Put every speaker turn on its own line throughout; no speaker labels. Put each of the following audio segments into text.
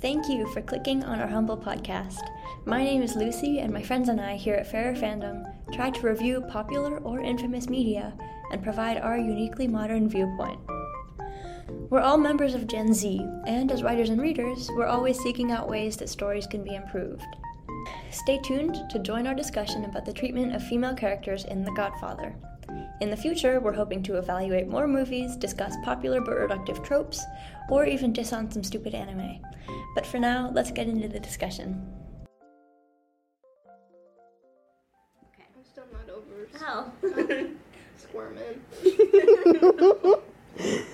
Thank you for clicking on our humble podcast. My name is Lucy, and my friends and I here at Fairer Fandom try to review popular or infamous media and provide our uniquely modern viewpoint. We're all members of Gen Z, and as writers and readers, we're always seeking out ways that stories can be improved. Stay tuned to join our discussion about the treatment of female characters in The Godfather. In the future, we're hoping to evaluate more movies, discuss popular but reductive tropes, or even diss on some stupid anime. But for now, let's get into the discussion.
I'm still not over
Wow.
squirming.
Wait,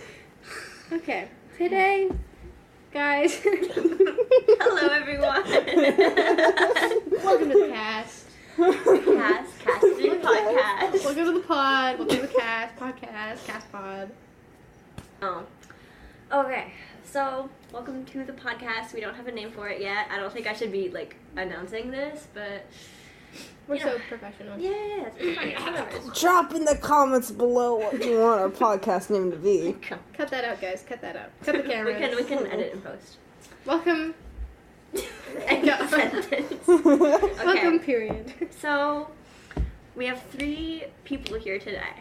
Okay, today, guys,
Hello, everyone.
welcome to the cast.
Cast, casted podcast.
Welcome to the pod. Welcome to the cast podcast. Cast pod.
Oh. Okay. So, welcome to the podcast. We don't have a name for it yet. I don't think I should be like announcing this, but
We're
Yeah.
so professional.
yeah, it's a podcast, whatever. It's
Drop in the comments below what you want our podcast name to be.
Cut that out, guys. Cut that out. Cut the
we
camera.
can we can edit and post.
Welcome.
End
Yeah.
of sentence. Okay.
Welcome. Period.
So, we have three people here today.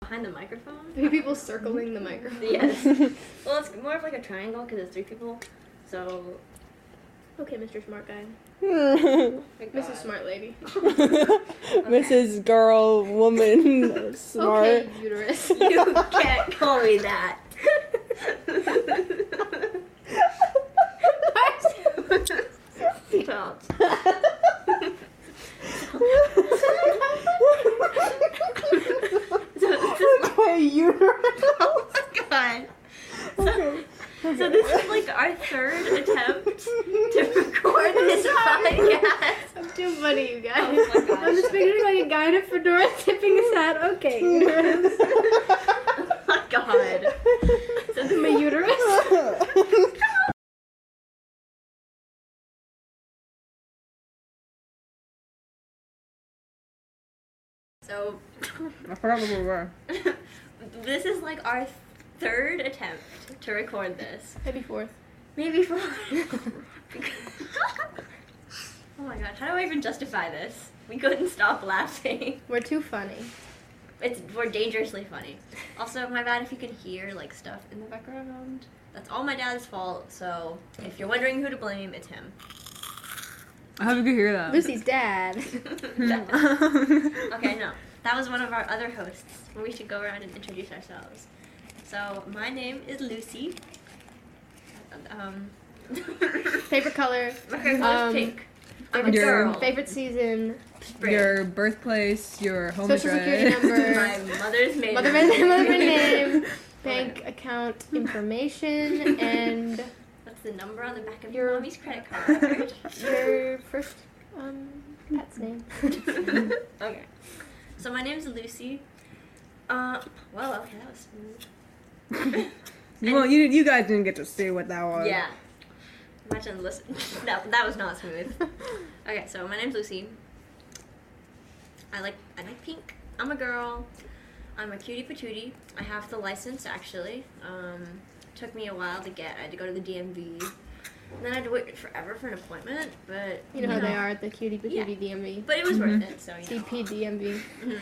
Behind the microphone?
Three people circling the microphone.
Yes. well, it's more of like a triangle because it's three people. So,
Okay, Mr. Smart Guy. Mrs. Smart Lady.
Mrs. Girl, woman, smart.
Okay, uterus.
you can't call me that. Oh Don't. So,
okay, uterus.
oh my god.
Okay.
So this is like our third attempt to record this
Oh
podcast.
I'm too funny, you guys.
Oh my gosh.
I'm just picturing like a guy in a fedora tipping his hat. Okay, uterus.
Oh my god. So
My
the
uterus.
so
I forgot where we were.
this is like our third attempt to record this.
Maybe fourth.
Maybe four. oh my gosh, how do I even justify this? We couldn't stop laughing.
We're too funny.
It's we're dangerously funny. Also, my bad if you can hear like stuff in the background. That's all my dad's fault. So if you're wondering who to blame, it's him.
I hope you could hear that.
Lucy's dad.
okay, no, that was one of our other hosts. We should go around and introduce ourselves. So my name is Lucy. Um,
Favorite color.
my hair is
Um,
pink. I'm a
favorite
girl.
Favorite season.
Spring.
your birthplace, your home
Social
address.
security number.
My mother's maiden
mother
name.
and mother name. Bank account information and
That's the number on the back of
Your-
your mommy's credit card.
your first um pet's name.
okay. So my name's Lucy. Uh, well, okay, that was smooth.
You, won't, you, you guys didn't get to see what that was.
Yeah. Imagine listen. that, that was not smooth. Okay, so my name's Lucy. I like I like pink. I'm a girl. I'm a cutie patootie. I have the license actually. Um, took me a while to get. I had to go to the DMV. And then I had to wait forever for an appointment, but
You know how they are Mm-hmm. at the cutie patootie
Yeah.
DMV.
But it was worth it. So you know.
CP DMV.
Mhm.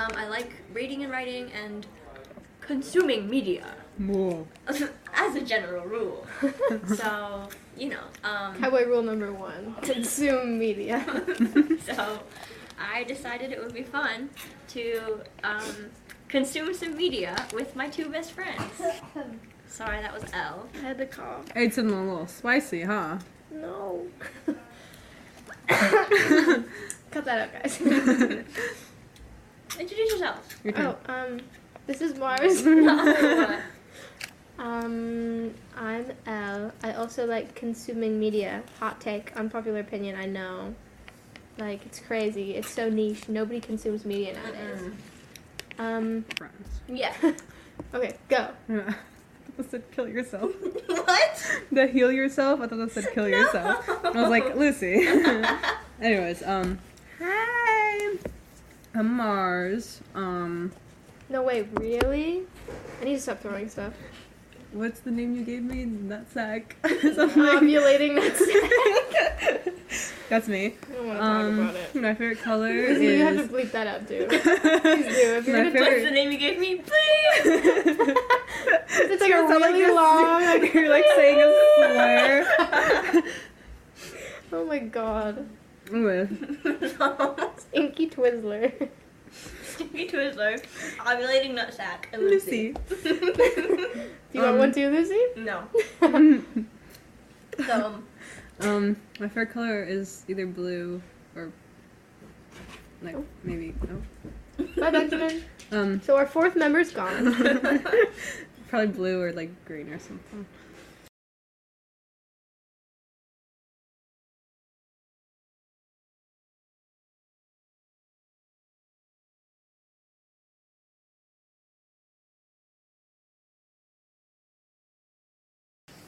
Um, I like reading and writing and consuming media
Whoa.
as a general rule. so you know. Um,
Cowboy rule number one. Consume media.
so I decided it would be fun to um, consume some media with my two best friends. Sorry, that was L.
I had to call.
It's a little spicy, huh?
No. Cut that out, guys.
Introduce yourself.
Your turn.
Oh, um, this is Mars.
No.
Um, I'm Elle. I also like consuming media. Hot take, unpopular opinion, I know. Like, it's crazy. It's so niche. Nobody consumes media nowadays. Um,
Friends.
yeah.
okay, go.
I thought that said kill yourself.
what?
The heal yourself? I thought that said kill yourself. I was like, Lucy. Anyways, um, hi, I'm Mars. Um,
No way, really? I need to stop throwing stuff.
what's the name you gave me? Nutsack.
Ovulating nuts.
That's me.
I don't want to
Um,
talk about it.
my favorite color
You have
is.
to bleep that out, dude. Please do. If you're
My
gonna
favorite-
What's the name you gave me? Please!
It's like a
Sound
really
you're-
long. like-
You're like saying a slur.
oh my god.
Anyways,
no.
Inky Twizzler.
Stinky Twizzler, ovulating nutsack, and Lucy.
Lucy.
Do you
Um,
want one too, Lucy?
No. So, um,
Um, my favorite color is either blue or like maybe no.
Bye, Benjamin.
Um,
So our fourth member's gone.
probably blue or like green or something.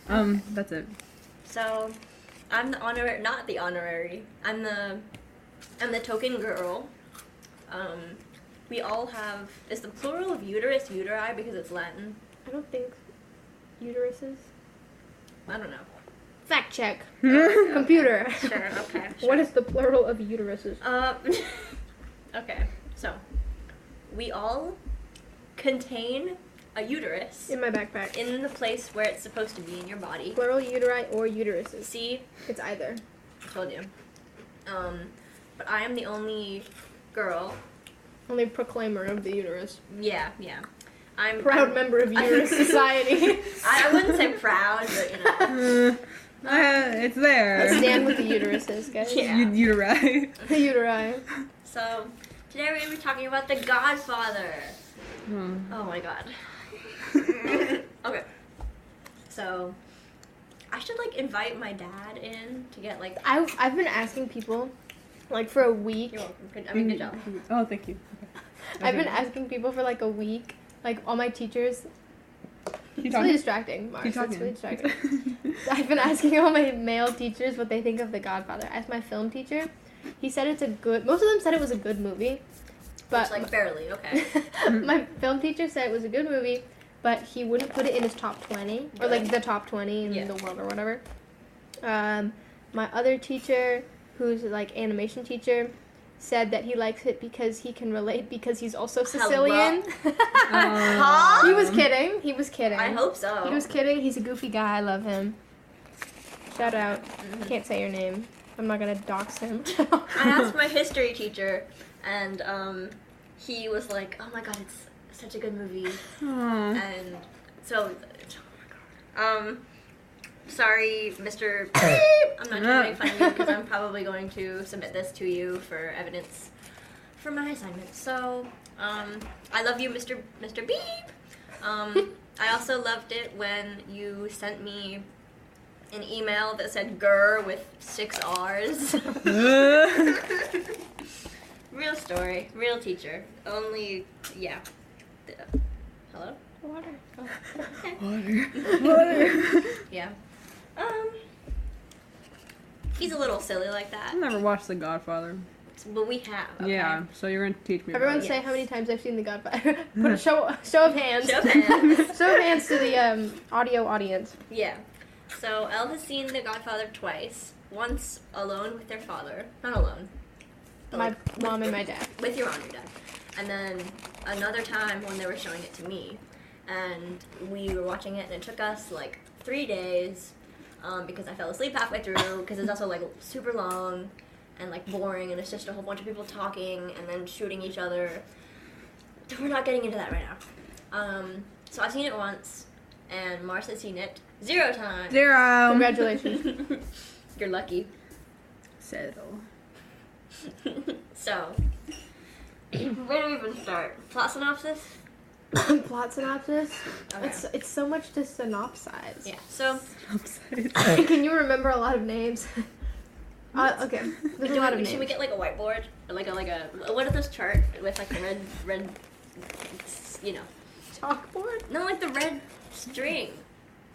Um, that's it.
so I'm the honorary, not the honorary. I'm the, I'm the token girl. Um, we all have. Is the plural of uterus uteri because it's Latin?
I don't think uteruses.
I don't know.
Fact check. Computer.
Sure. Okay.
What is the plural of uteruses?
Um. okay. So, we all contain a uterus
In my backpack.
in the place where it's supposed to be in your body.
Plural uteri or uteruses.
See,
It's either.
told you. Um, but I am the only girl.
Only proclaimer of the uterus.
Yeah, yeah. I'm
Proud
I'm-
member of uterus society.
I, I wouldn't say proud, but you know.
Uh, uh, it's
I
there.
stand with the uteruses, guys.
Yeah.
You, you're right.
The uteri.
So today we're gonna be talking about The Godfather.
Oh.
Oh my god. okay. So I should like invite my dad in to get like.
I, I've been asking people, like for a week.
You're welcome. Good, I mean, good
Mm-hmm.
job.
Oh, thank you.
I've been asking people for like a week. Like all my teachers.
Keep
It's really
talking.
distracting, Mars.
Keep
It's really
talking.
distracting. I've been asking all my male teachers what they think of The Godfather. I asked my film teacher. He said it's a good. Most of them said it was a good movie, but
It's like barely okay.
my film teacher said it was a good movie, but he wouldn't put it in his top 20 or like the top 20 in
Yeah.
the world or whatever. Um, my other teacher, who's like animation teacher, said that he likes it because he can relate because he's also Sicilian.
Uh,
Huh?
he was kidding. He was kidding.
I hope so.
He was kidding. He's a goofy guy. I love him. Shout out.
Mm-hmm.
Can't say your name. I'm not gonna dox him.
I asked my history teacher, and um, he was like, "Oh my god, it's such a good movie."
Aw.
And so, oh my god. Um, sorry, Mr. Beep. I'm not trying to make fun of you because I'm probably going to submit this to you for evidence for my assignment. So, um, I love you, Mr. Mr. Beep. Um, I also loved it when you sent me an email that said "gur" with six R's. real story, real teacher. Only, yeah. Th- Hello.
Water.
Water. Water.
Yeah. Um. He's a little silly like that,
I've never watched The Godfather.
but we have. Okay?
Yeah, so you're gonna teach me.
Everyone
About
say how
Yes.
many times I've seen The Godfather. Put a show show of hands.
Show of hands.
Show of hands to the um, audio audience.
Yeah. So Elle has seen The Godfather twice. Once alone with their father, not alone, but
My
like,
mom and my dad.
with your mom and dad, and then another time when they were showing it to me, and we were watching it, and it took us like three days um, because I fell asleep halfway through because it's also like super long and like boring, and it's just a whole bunch of people talking and then shooting each other. We're not getting into that right now. Um, so I've seen it once, and Mars has seen it zero times.
Um,
Zero.
Congratulations.
You're lucky.
Settle.
So, where do we even start? Plot synopsis?
Plot synopsis.
Okay.
It's it's so much to synopsize.
Yeah. So,
Upside.
Can you remember a lot of names? Uh, okay. There's a
do
lot of
we,
names.
should we get like a whiteboard, or like a like a what is this chart with like the red red, you know,
chalkboard?
not like the red string.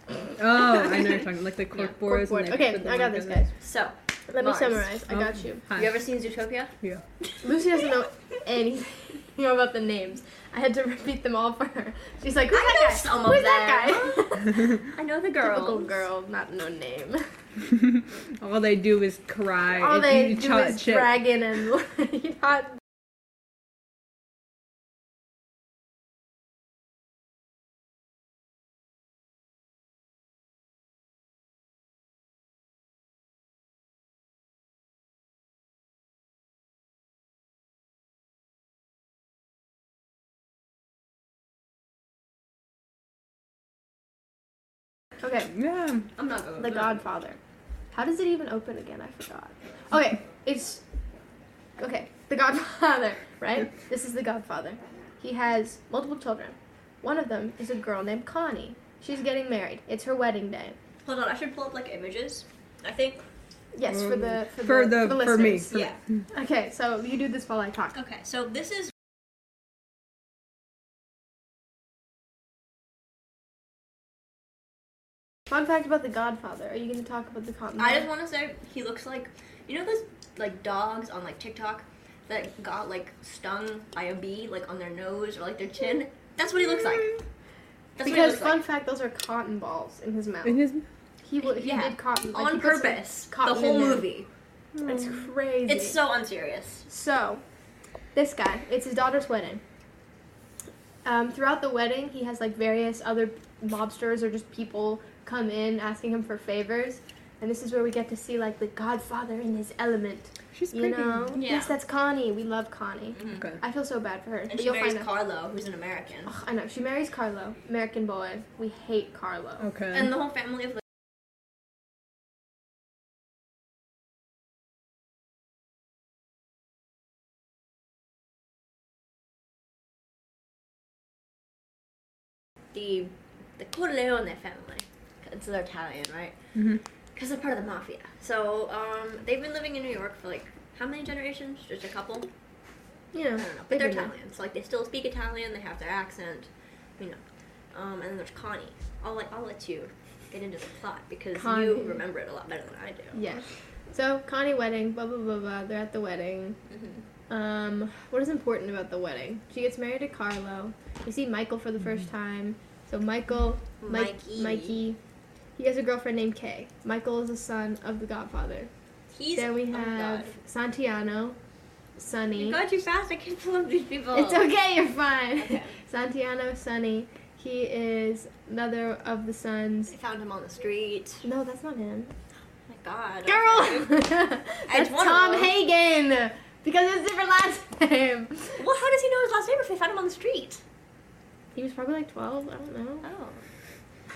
Oh, I know you're talking like the cork boards.
Corkboard.
and they
Okay,
put them
I got this,
together.
guys.
So,
Let
Mars.
me summarize. I
Oh.
got you.
Hi.
You ever seen Zootopia?
Yeah.
Lucy doesn't know anything about the names. I had to repeat them all for her. She's like,
I
who's that
know
guy?
some of
who's that guy?
I know the girl.
Typical girl, not no name.
All they do is cry.
All
and
they
eat
do
hot
is
chip.
dragon and hot. Okay,
Yeah.
I'm not going.
The Godfather. How does it even open again? I forgot. Okay, it's okay. The Godfather, right? This is the Godfather. He has multiple children. One of them is a girl named Connie. She's getting married. It's her wedding day.
Hold on, I should pull up like images. I think.
Yes, for the for,
Mm. For
the,
the-
for, the
for me.
listeners.
Yeah.
Okay, so you do this while I talk.
Okay, so this is.
Fun fact about the Godfather. Are you going to talk about the Godfather?
I just want to say he looks like you know those like dogs on like TikTok that got like stung by a bee like on their nose or like their chin. That's what he looks like. That's
because
what he
fun
looks
fact, those are cotton balls in his mouth.
It is
He, wa- he
Yeah,
did cotton
like.
like,
on
he puts, like,
purpose, the
cotton in
whole
there.
movie.
It's crazy.
It's so unserious.
So, this guy, it's his daughter's wedding. Um, throughout the wedding, he has like various other mobsters or just people come in asking him for favors. And this is where we get to see like the godfather in his element.
She's
You
pretty.
know?
Yeah.
Yes, that's Connie. We love Connie.
Okay.
I feel so bad for her.
Mm-hmm. And
but
she
you'll
marries
find out.
Carlo, who's an American,
Ugh, I know. She marries Carlo, American boy. We hate Carlo.
Okay.
and the whole family of. Like, the the Corleone family. It's they're Italian, right?
Mhm.
Because they're part of the mafia. So um, they've been living in New York for like how many generations? Just a couple.
You know,
I don't know, but they're
been there.
Italian, so like they still speak Italian. They have their accent, you know. Um, and then there's Connie. I'll like I'll let you get into the plot because you
Connie.
remember it a lot better than I do.
Yeah. So Connie wedding, blah blah blah blah. They're at the wedding.
Mm-hmm.
Um, what is important about the wedding? She gets married to Carlo. We see Michael for the first time. So Michael, Mike,
Mm-hmm. Mikey.
Mikey, he has a girlfriend named Kay. Michael is the son of the Godfather.
He's
then we
oh
have Santiano,
God.
Sonny.
God, you fast! I can't pull up these people.
It's okay, you're fine.
Okay.
Santiano, Sonny. He is another of the sons.
I found him on the street.
No, that's not him.
Oh my God,
Girl!
okay.
That's
one of
Tom
them.
Hagen! Because it's different last name.
Well, how does he know his last name if they found him on the street?
He was probably like 12, I don't know.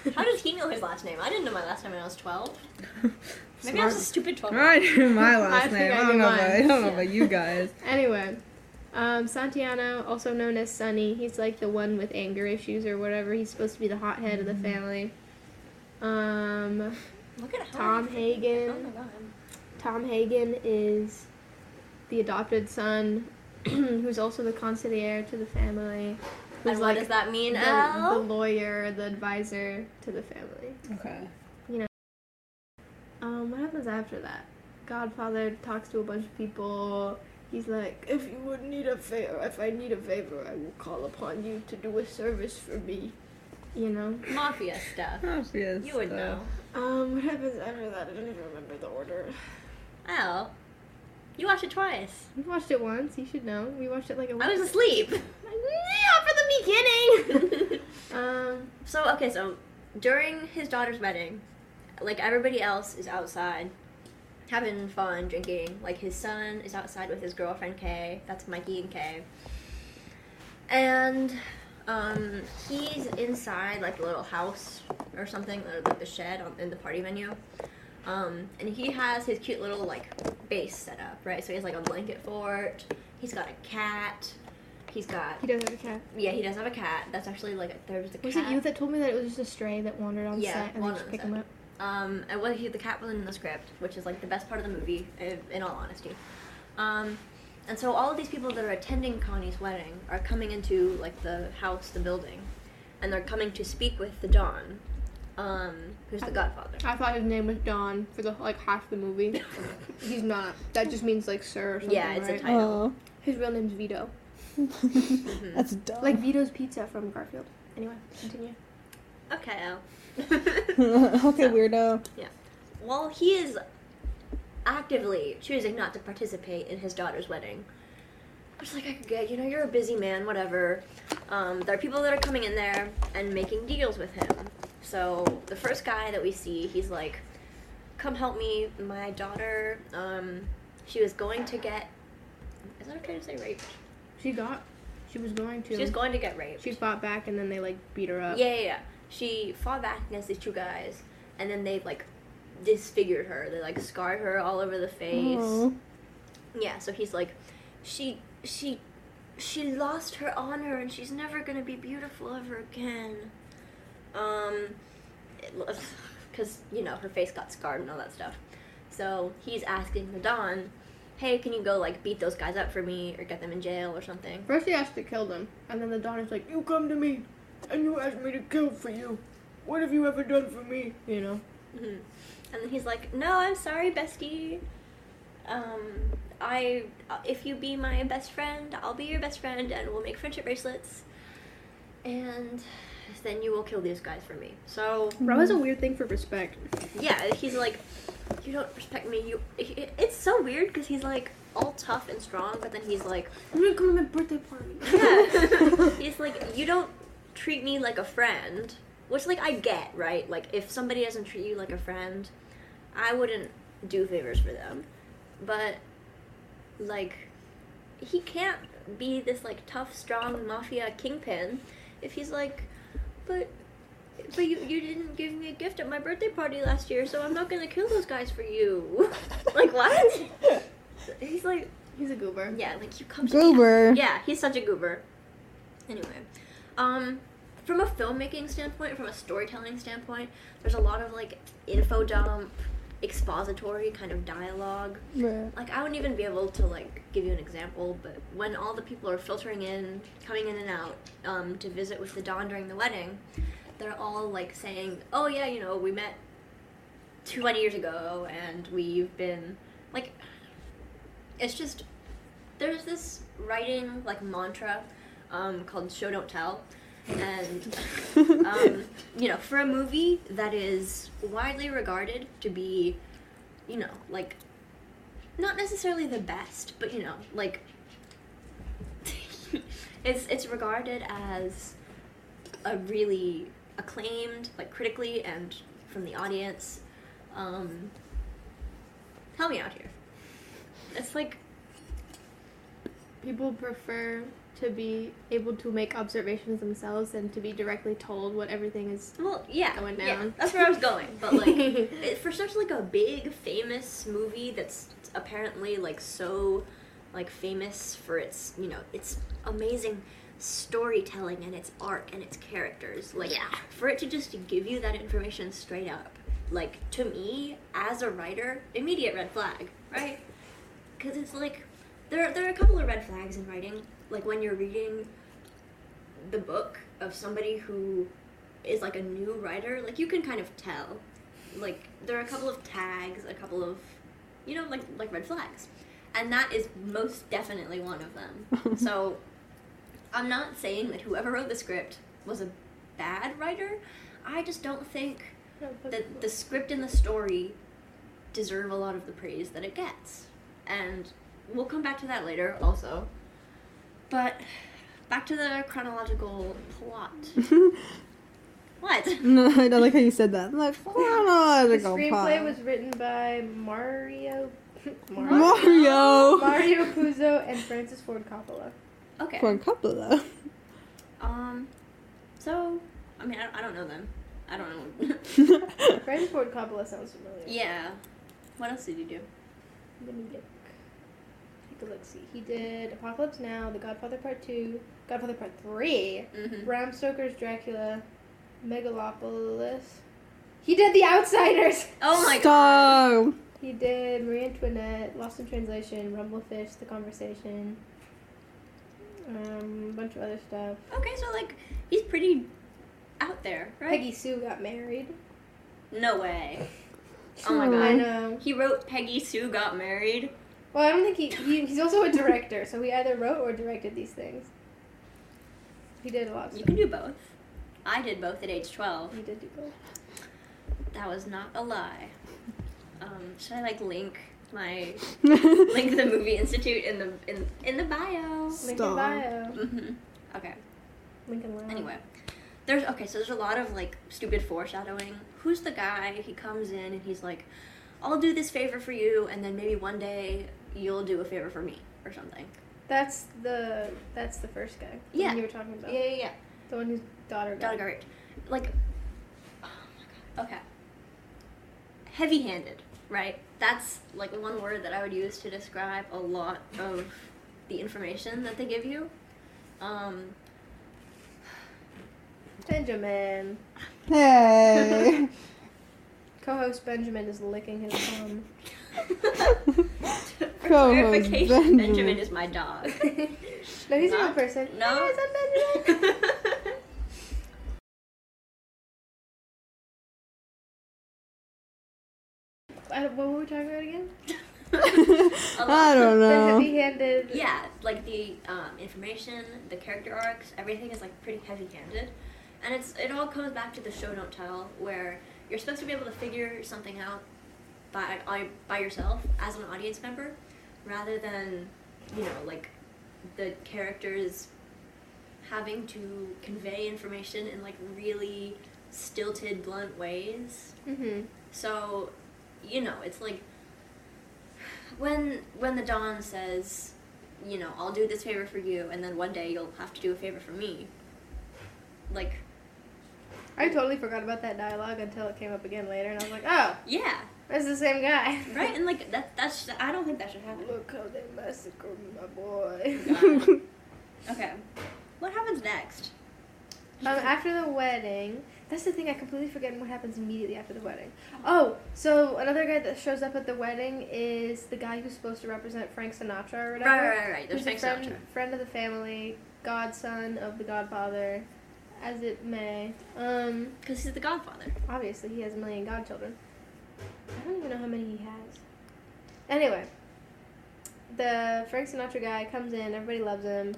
Oh. How does he know his last name? I didn't know my last name when I was twelve. Maybe I was a stupid twelve.
I knew my last
I think
name.
I
I
knew
don't know. About, I
mine.
don't know about you guys.
Anyway, um, Santiano, also known as Sonny, he's like the one with anger issues or whatever. He's supposed to be the hothead of
Mm-hmm.
the family. Um,
Look at how
Tom
I-
Hagen.
Oh my God.
Tom Hagen is the adopted son, who's also the conciliere to the family. Who's
And what
like
does that mean,
the,
Elle?
the lawyer, the advisor to the family.
Okay.
Um, what happens after that? Godfather talks to a bunch of people. He's like, if you would need a favor, if I need a favor, I will call upon you to do a service for me. You know.
Mafia stuff.
Obvious.
You would
stuff.
know.
Um, what happens after that? I don't even remember the order.
Oh. You watched it twice.
We watched it once. You should know. We watched it like a.
I was asleep.
yeah, from the beginning. um,
so, okay, so during his daughter's wedding, like everybody else is outside having fun, drinking. Like his son is outside with his girlfriend Kay. That's Mikey and Kay. And um, he's inside like the little house or something, or like the shed on, in the party venue. Um, and he has his cute little like base set up, right? So he has like a blanket fort. He's got a cat. He's got
he does have a cat.
Yeah, he does have a cat. That's actually like there was a cat.
Was it you that told me that it was just a stray that wandered on
Yeah,
set and they
wandered
just
on
pick
set.
him up?
um, and what he, the cat was in the script, which is like the best part of the movie, i- in all honesty. Um, and so all of these people that are attending Connie's wedding are coming into like the house, the building, and they're coming to speak with the Don, um, who's the Godfather.
I thought his name was Don for the like half the movie. He's not. That just means like sir or something.
Yeah, it's a
right?
type.
Oh,
I know.
His real name's Vito.
That's dumb.
Hmm. Like Vito's Pizza from Garfield. Anyway, continue.
Okay. Al.
okay,
So-
weirdo.
While he is actively choosing not to participate in his daughter's wedding, I was like, I could get, you know, you're a busy man, whatever. Um, there are people that are coming in there and making deals with him. So the first guy that we see, he's like, come help me, my daughter. Um, she was going to get. Is that okay to say raped?
She got. She was going to.
She was going to get raped.
She fought back and then they like beat her up.
Yeah, yeah, yeah. She fought back against these two guys, and then they like disfigured her. They like scarred her all over the face. Yeah. So he's like, she, she, she lost her honor, and she's never gonna be beautiful ever again. Um, because you know her face got scarred and all that stuff. So he's asking the Don, "Hey, can you go like beat those guys up for me, or get them in jail, or something?"
First he has to kill them, and then the Don is like, "You come to me, and you ask me to kill for you. What have you ever done for me?" You know.
Mhm. And then he's like, "No, I'm sorry, bestie. Um, I if you be my best friend, I'll be your best friend, and we'll make friendship bracelets. And then you will kill these guys for me." So
Bro has a weird thing for respect.
yeah, he's like, "You don't respect me. You." it- It's so weird because he's like all tough and strong, but then he's like,
I'm gonna go to my birthday party.
yeah. he's like, you don't treat me like a friend, which like I get, right? Like if somebody doesn't treat you like a friend, I wouldn't do favors for them. But like he can't be this like tough, strong mafia kingpin if he's like, but but you, you didn't give me a gift at my birthday party last year, so I'm not gonna kill those guys for you. like what? He's like,
He's a goober.
yeah, like you come to me
Goober.
yeah, he's such a goober. Anyway, um, from a filmmaking standpoint, from a storytelling standpoint, there's a lot of like info dump, expository kind of dialogue.
Right.
Like I wouldn't even be able to like give you an example, but when all the people are filtering in, coming in and out um, to visit with the Don during the wedding, they're all like saying, "Oh yeah, you know, we met 20 years ago, and we've been like." It's just there's this writing like mantra um, called "Show Don't Tell," and um, you know, for a movie that is widely regarded to be, you know, like not necessarily the best, but you know, like it's it's regarded as a really acclaimed, like critically and from the audience. Um, help me out here. It's like
People prefer to be able to make observations themselves than to be directly told what everything is.
Well, yeah,
Going
yeah,
down.
that's where I was going. But like, it, for such like a big famous movie that's apparently like so like famous for its you know its amazing storytelling and its arc and its characters. Like, for it to just give you that information straight up, like to me as a writer, immediate red flag, right? Because it's like there there are a couple of red flags in writing. Like when you're reading the book of somebody who is like a new writer, like you can kind of tell. Like there are a couple of tags, a couple of you know, like like red flags. And that is most definitely one of them. so I'm not saying that whoever wrote the script was a bad writer. I just don't think that the script and the story deserve a lot of the praise that it gets. And we'll come back to that later also. But back to the chronological plot. what?
No, I don't like how you said that. I'm like,
The
chronological
screenplay
plot.
was written by Mario. Mario.
Mario.
Mario Puzo and Francis Ford Coppola.
Okay.
For a couple though.
Um so I mean I don't, I don't know them. I don't know.
Francis Ford Coppola sounds familiar.
yeah. What else did you do?
Let me look. Take a look. See, he did Apocalypse Now, The Godfather Part Two, Godfather Part Three,
Mhm.
Bram Stoker's Dracula, Megalopolis. He did The Outsiders.
Oh my god.
Stop.
He did Marie Antoinette, Lost in Translation, Rumblefish, The Conversation, um, a bunch of other stuff.
Okay, so like he's pretty out there, right?
Peggy Sue got married.
No way. Oh my
I
god.
know.
He wrote Peggy Sue got married.
Well, I don't think he, he he's also a director, so he either wrote or directed these things. He did a lot. Of
You
stuff.
can do both. I did both at age 12.
He did do both.
That was not a lie. Um, should I like link my
Stop.
link the movie institute in the in in the bio?
Lincoln Bio.
hmm Okay.
Lincoln Lounge.
Anyway, there's okay, so there's a lot of like stupid foreshadowing. Who's the guy? He comes in and he's like, "I'll do this favor for you, and then maybe one day you'll do a favor for me or something."
That's the that's the first guy. the
Yeah.
one You were talking about.
yeah, yeah.
The one whose daughter got.
Donna Garrett, like, oh my god, okay. Heavy-handed, right? That's like one word that I would use to describe a lot of the information that they give you. Um,
Benjamin.
Hey.
Co-host Benjamin is licking his thumb.
for
Co-host
clarification,
Benjamin.
Benjamin is my dog.
No, he's a real
Not-
person.
no.
Hey, guys, I'm
Oh,
Benjamin. I don't- what were we talking about again?
A
I
lot-
don't
The
know.
heavy-handed.
yeah, like the um, information, the character arcs, everything is like pretty heavy-handed, and it's it all comes back to the show don't tell, where you're supposed to be able to figure something out by I- by yourself as an audience member, rather than you know like the characters having to convey information in like really stilted, blunt ways.
Mm-hmm.
So, you know, it's like when when the Dawn says, you know, I'll do this favor for you, and then one day you'll have to do a favor for me. Like,
I totally forgot about that dialogue until it came up again later, and I was like, oh,
yeah,
that's the same guy.
right? And like that that's I don't think that should happen.
Look how they massacred my boy.
God. okay, what happens next?
Um, after the wedding, that's the thing I completely forget what happens immediately after the wedding. Oh, so another guy that shows up at the wedding is the guy who's supposed to represent Frank Sinatra or whatever.
Right, right, right. right. There's
He's a
Frank
friend,
Sinatra.
friend of the family, godson of the Godfather, as it may. Um,
Because he's the Godfather.
obviously he has a million godchildren. I don't even know how many he has. Anyway, the Frank Sinatra guy comes in, everybody loves him.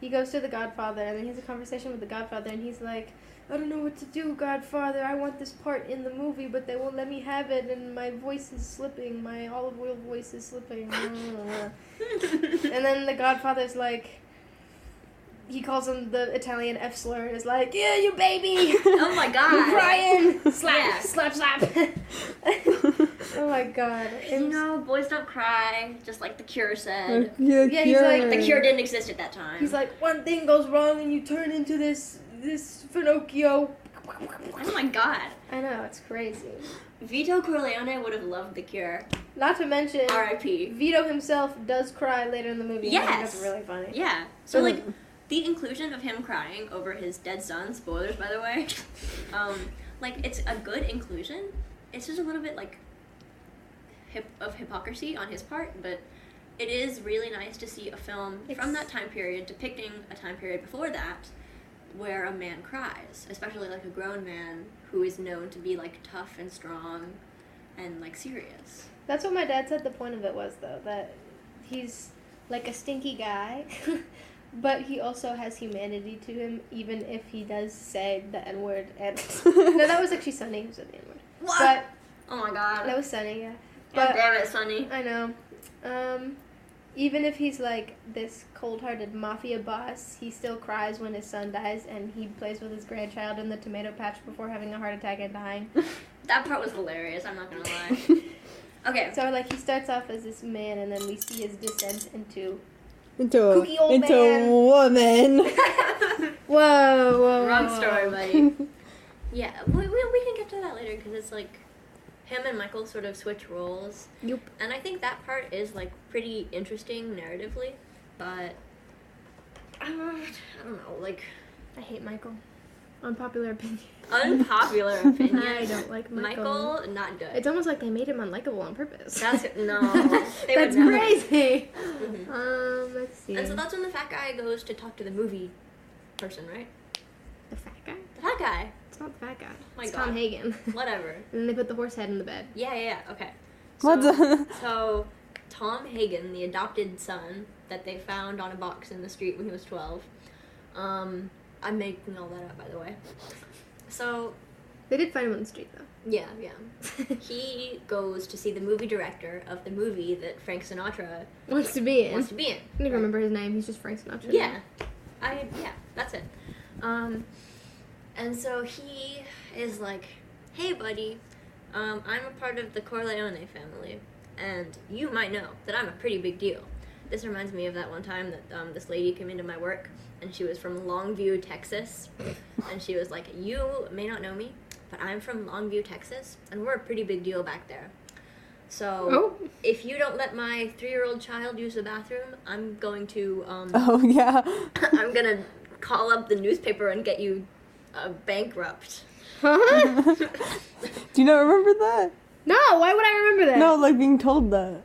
He goes to the Godfather and then he has a conversation with the Godfather and he's like, I don't know what to do, Godfather. I want this part in the movie, but they won't let me have it and my voice is slipping, my olive oil voice is slipping. And then the Godfather's like, he calls him the Italian F slur and is like, "Yeah, you baby,
oh my God!
you crying,
Yeah.
slap, slap, slap." oh my god!
You
It's-
know, boys don't cry, just like the Cure said.
Yeah, he's like-
The Cure didn't exist at that time.
Mm. he's like, one thing goes wrong and you turn into this this Finocchio.
oh my God.
I know it's crazy.
Vito Corleone would have loved The Cure.
Not to mention,
R.I.P.
Vito himself does cry later in the movie. and I think
Yes.
that's really funny.
Yeah. So like the inclusion of him crying over his dead son. Spoilers, by the way. Um, like it's a good inclusion. It's just a little bit like hip of hypocrisy on his part, but it is really nice to see a film from
It's-
that time period depicting a time period before that where a man cries, especially like a grown man who is known to be like tough and strong and like serious.
That's what my dad said the point of it was, though, that he's like a stinky guy, but he also has humanity to him, even if he does say the N word. And no, that was actually Sunny who said the N word. But
oh my god.
that was Sunny, yeah.
God
But
damn it, Sonny.
I know. Um, even if he's like this cold-hearted mafia boss, he still cries when his son dies, and he plays with his grandchild in the tomato patch before having a heart attack and dying.
That part was hilarious, I'm not gonna lie. Okay,
So like he starts off as this man, and then we see his descent into
into a,
Kooky old
into
man.
a woman.
Whoa, whoa,
wrong
whoa.
story, buddy. Yeah, we, we, we can get to that later because it's like him and Michael sort of switch roles.
Yep.
And I think that part is like pretty interesting narratively, but I don't, I don't know, like
I hate Michael. Unpopular opinion.
unpopular opinion.
I don't like Michael.
Michael, not good.
It's almost like they made him unlikable on purpose.
That's no. They would
that's
never.
crazy.
Mhm.
Um, let's see.
And so that's when the fat guy goes to talk to the movie person, right?
the fat guy.
The fat guy.
It's not the fat guy.
Oh My
it's
God.
Tom Hagen.
Whatever.
and then they put the horse head in the bed.
Yeah, yeah, yeah. Okay.
What
So-
the?
So, Tom Hagen, the adopted son that they found on a box in the street when he was 12. Um, I'm making all that up, by the way. So,
They did find him on the street though.
yeah, yeah. he goes to see the movie director of the movie that Frank Sinatra
Wants to be in.
wants to be in.
I don't even remember his name. He's just Frank Sinatra. now.
Yeah. I yeah, that's it. Um and so he is like, "Hey buddy, um I'm a part of the Corleone family and you might know that I'm a pretty big deal." This reminds me of that one time that um, this lady came into my work and she was from Longview, Texas. And she was like, "You may not know me, but I'm from Longview, Texas, and we're a pretty big deal back there." So
Oh.
if you don't let my three-year-old child use the bathroom, I'm going to um,
Oh yeah.
I'm gonna call up the newspaper and get you uh, bankrupt.
Huh?
Do you not remember that?
no. Why would I remember that?
No, like being told that.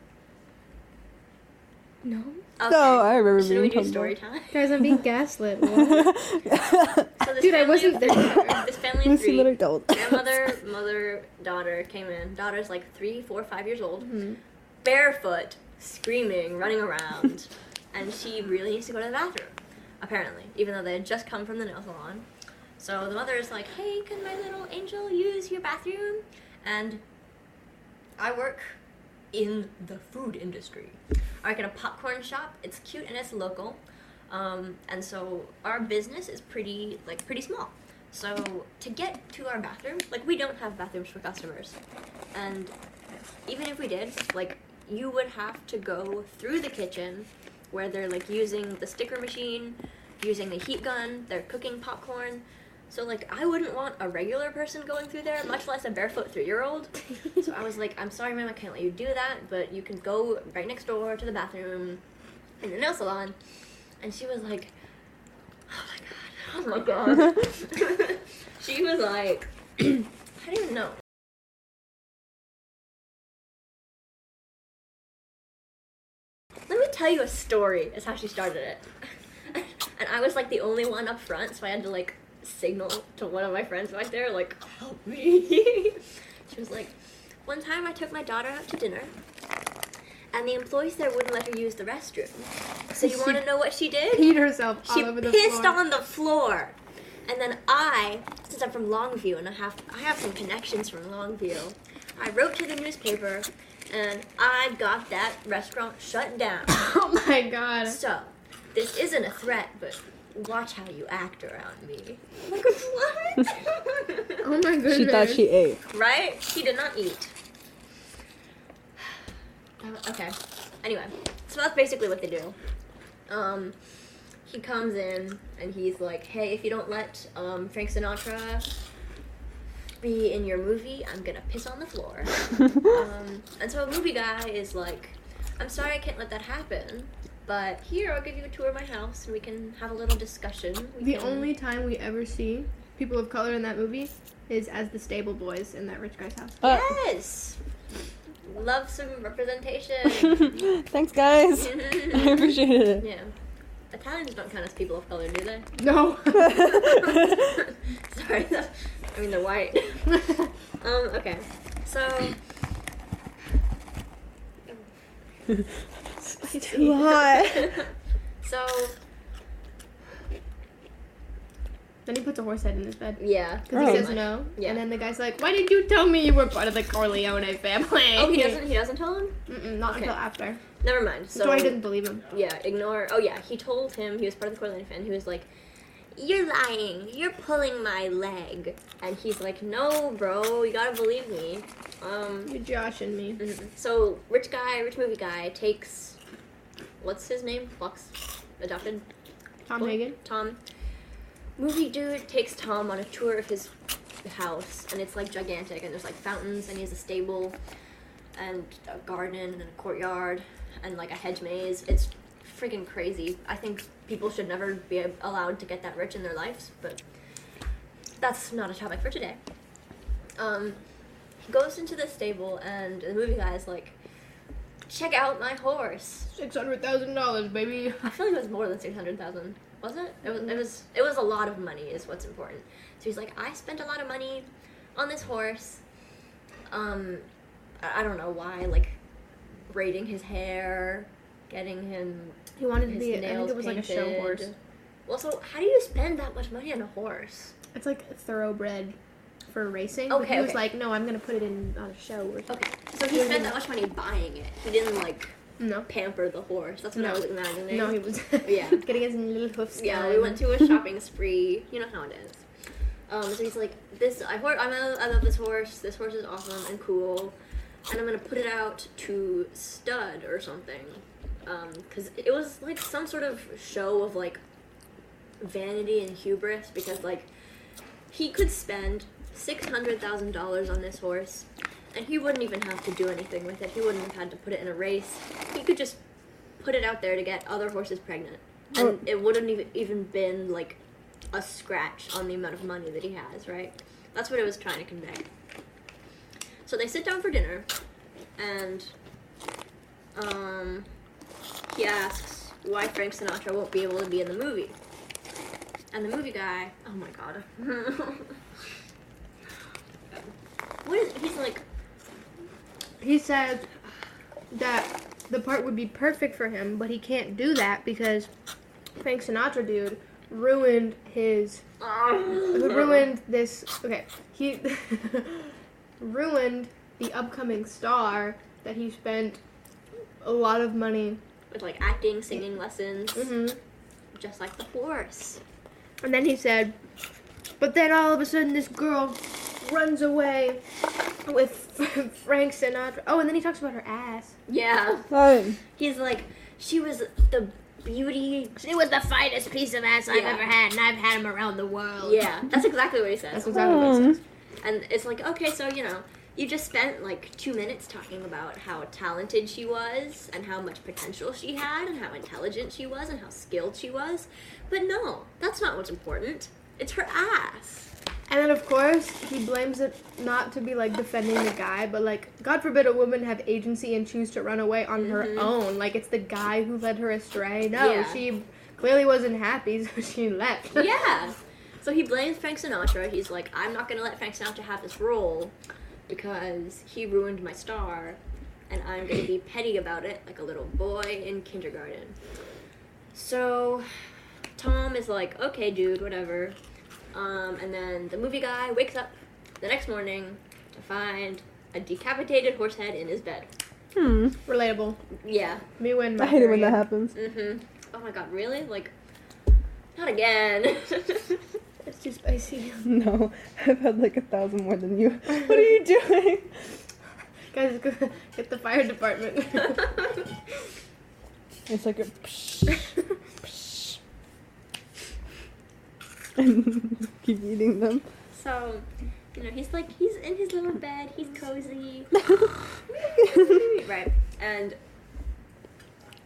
No.
Okay.
No, I remember
Should
being
we do
told
story
that.
time?
Guys, I'm being gaslit. What?
So this
Dude, I
family
wasn't
of-
there.
This family of
Lucy
three,
little adult.
grandmother, mother, daughter came in. Daughter's like three, four, five years old,
Mhm.
barefoot, screaming, running around, and she really needs to go to the bathroom, apparently, even though they had just come from the nail salon. So the mother is like, "Hey, can my little angel use your bathroom?" And I work in the food industry. I work at a popcorn shop. It's cute and it's local, um, and so our business is pretty like pretty small. So to get to our bathroom, like we don't have bathrooms for customers, and even if we did, like you would have to go through the kitchen where they're like using the sticker machine, using the heat gun, they're cooking popcorn. So like I wouldn't want a regular person going through there, much less a barefoot three year old. so I was like, I'm sorry, ma'am, I can't let you do that, but you can go right next door to the bathroom in the nail salon. And she was like, Oh my god, oh my god. she was like, I didn't know. Let me tell you a story, is how she started it. and I was like the only one up front, so I had to like signal to one of my friends back there, like, help me. she was like, One time I took my daughter out to dinner, and the employees there wouldn't let her use the restroom. So you want to know what she did?
Peed herself all
She
over the
pissed
floor.
on the floor. And then I, since I'm from Longview and I have I have some connections from Longview, I wrote to the newspaper and I got that restaurant shut down.
Oh my god.
so this isn't a threat, but watch how you act around me. Like what?
Oh my goodness.
she thought she ate.
right? She did not eat. Uh, okay. Anyway, so that's basically what they do. Um, he comes in and he's like, "Hey, if you don't let um, Frank Sinatra be in your movie, I'm gonna piss on the floor." um, and so a movie guy is like, "I'm sorry, I can't let that happen." But here, I'll give you a tour of my house, and we can have a little discussion. We
The
can-
only time we ever see people of color in that movie is as the stable boys in that rich guy's house.
Uh,
yes, love some representation.
Thanks, guys. I appreciated
Yeah. Italians don't count as people of color, do they?
No.
it.
Sorry. the- I mean, they're white. um, okay. So.
Too hot.
so,
then he puts a horse head in his bed.
yeah.
Because
Oh.
he says no.
Yeah.
And then the guy's like, Why didn't you tell me you were part of the Corleone family?
Oh, he doesn't. He doesn't tell him.
Mm-mm, not
Okay.
until after.
Never mind. So
So I didn't believe him.
yeah, ignore. Oh yeah, he told him he was part of the Corleone fan. He was like, "You're lying. You're pulling my leg." And he's like, "No, bro. You gotta believe me." Um,
You're Josh and me.
Mhm. So, rich guy, rich movie guy takes what's his name? Fox, adopted
Tom Hagen.
Tom. Movie dude takes Tom on a tour of his house, and it's like gigantic, and there's like fountains, and he has a stable, and a garden, and a courtyard, and like a hedge maze. It's freaking crazy. I think people should never be allowed to get that rich in their lives, but that's not a topic for today. Um, he goes into the stable, and the movie guy is like, Check out my horse.
Six hundred thousand dollars, baby.
I feel like it was more than six hundred thousand. Was it? It was. It was. It was a lot of money. Is what's important. So he's like, I spent a lot of money on this horse. Um, I I don't know why. Like, braiding his hair, getting him
He wanted to
his
be. I
nails
think it was like a
painted.
show horse.
Well, so how do you spend that much money on a horse?
It's like thoroughbred for racing. but
Okay,
he was
okay.
like, no, I'm gonna put it in on a show or something.
Okay, so he spent that much money buying it. He didn't like
No.
pamper the horse. That's what I
No.
was imagining.
No, he was.
Yeah.
getting his little hoofs.
Yeah,
done.
we went to a shopping spree. You know how it is. Um, so he's like, "This, I, hor- I'm, I love this horse. This horse is awesome and cool, and I'm gonna put it out to stud or something, because it was like some sort of show of like vanity and hubris. Because like he could spend six hundred thousand dollars on this horse, and he wouldn't even have to do anything with it. He wouldn't have had to put it in a race. He could just put it out there to get other horses pregnant, and it wouldn't even even been like a scratch on the amount of money that he has. Right? That's what it was trying to convey. So they sit down for dinner, and um, he asks why Frank Sinatra won't be able to be in the movie. And the movie guy, oh my god. what is, he's like,
He said that the part would be perfect for him, but he can't do that because Frank Sinatra dude ruined his ruined this okay, he ruined the upcoming star that he spent a lot of money
with like acting, singing lessons,
mm-hmm.
just like the horse.
And then he said, but then all of a sudden this girl runs away with Frank Sinatra. Oh, and then he talks about her ass.
Yeah.
Fine.
He's like, she was the beauty.
She was the finest piece of ass
I've ever
had, and I've had him around the world.
Yeah, that's exactly what he says.
That's exactly what he says.
And it's like, okay, so you know, you just spent like two minutes talking about how talented she was and how much potential she had and how intelligent she was and how skilled she was. But no, that's not what's important. It's her ass.
And then, of course, he blames it not to be like defending the guy, but like, God forbid a woman have agency and choose to run away on her own. Like, it's the guy who led her astray. No,
Mm-hmm. Yeah.
she clearly wasn't happy, so she left.
yeah. So he blames Frank Sinatra. He's like, I'm not gonna let Frank Sinatra have this role because he ruined my star, and I'm gonna be petty about it like a little boy in kindergarten. So Tom is like, okay, dude, whatever. Um, and then the movie guy wakes up the next morning to find a decapitated horse head in his bed.
Hmm.
Relatable.
Yeah.
Me when my
I hate it when
period.
that happens.
Mm-hmm. Oh my god, really? Like, not again.
It's too spicy.
No, I've had like a thousand more than you. What are you doing?
Guys, go get the fire department.
It's like a. Psh, psh. And keep eating them.
So, you know, he's like, he's in his little bed, he's cozy. right. And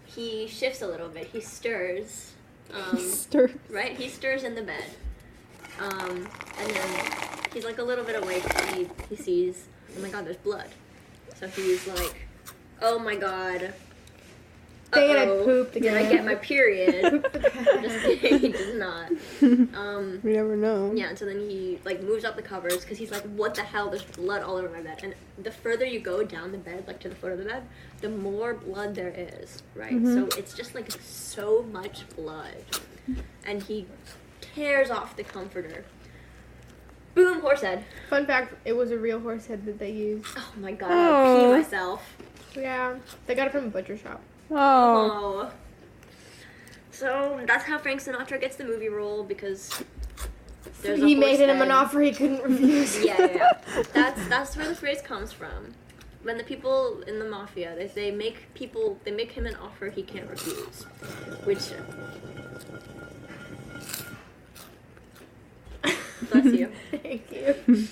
he shifts a little bit, he stirs. Um,
Stir.
right? He stirs in the bed. Um, and then he's like a little bit awake. and He, he sees, oh my god, there's blood. So he's like, oh my god.
Dang it, I
Uh-oh.
pooped
Did I
again.
get my period? Just kidding, he does not. Um,
We never know.
yeah, and so then he like moves up the covers because he's like, "What the hell? There's blood all over my bed." And the further you go down the bed, like to the foot of the bed, the more blood there is, right?
Mm-hmm.
So it's just like so much blood, and he tears off the comforter. Boom, horse head.
Fun fact: It was a real horse head that they used.
Oh my god, I pee
Oh.
myself.
Yeah, they got it from a butcher shop.
Oh.
Oh. So that's how Frank Sinatra gets the movie role because there's a
he made
horse
him an
head.
offer he couldn't refuse.
yeah, yeah, yeah. That's that's where the phrase comes from. When the people in the mafia, they, they make people, they make him an offer he can't refuse, which. Bless you.
Thank you.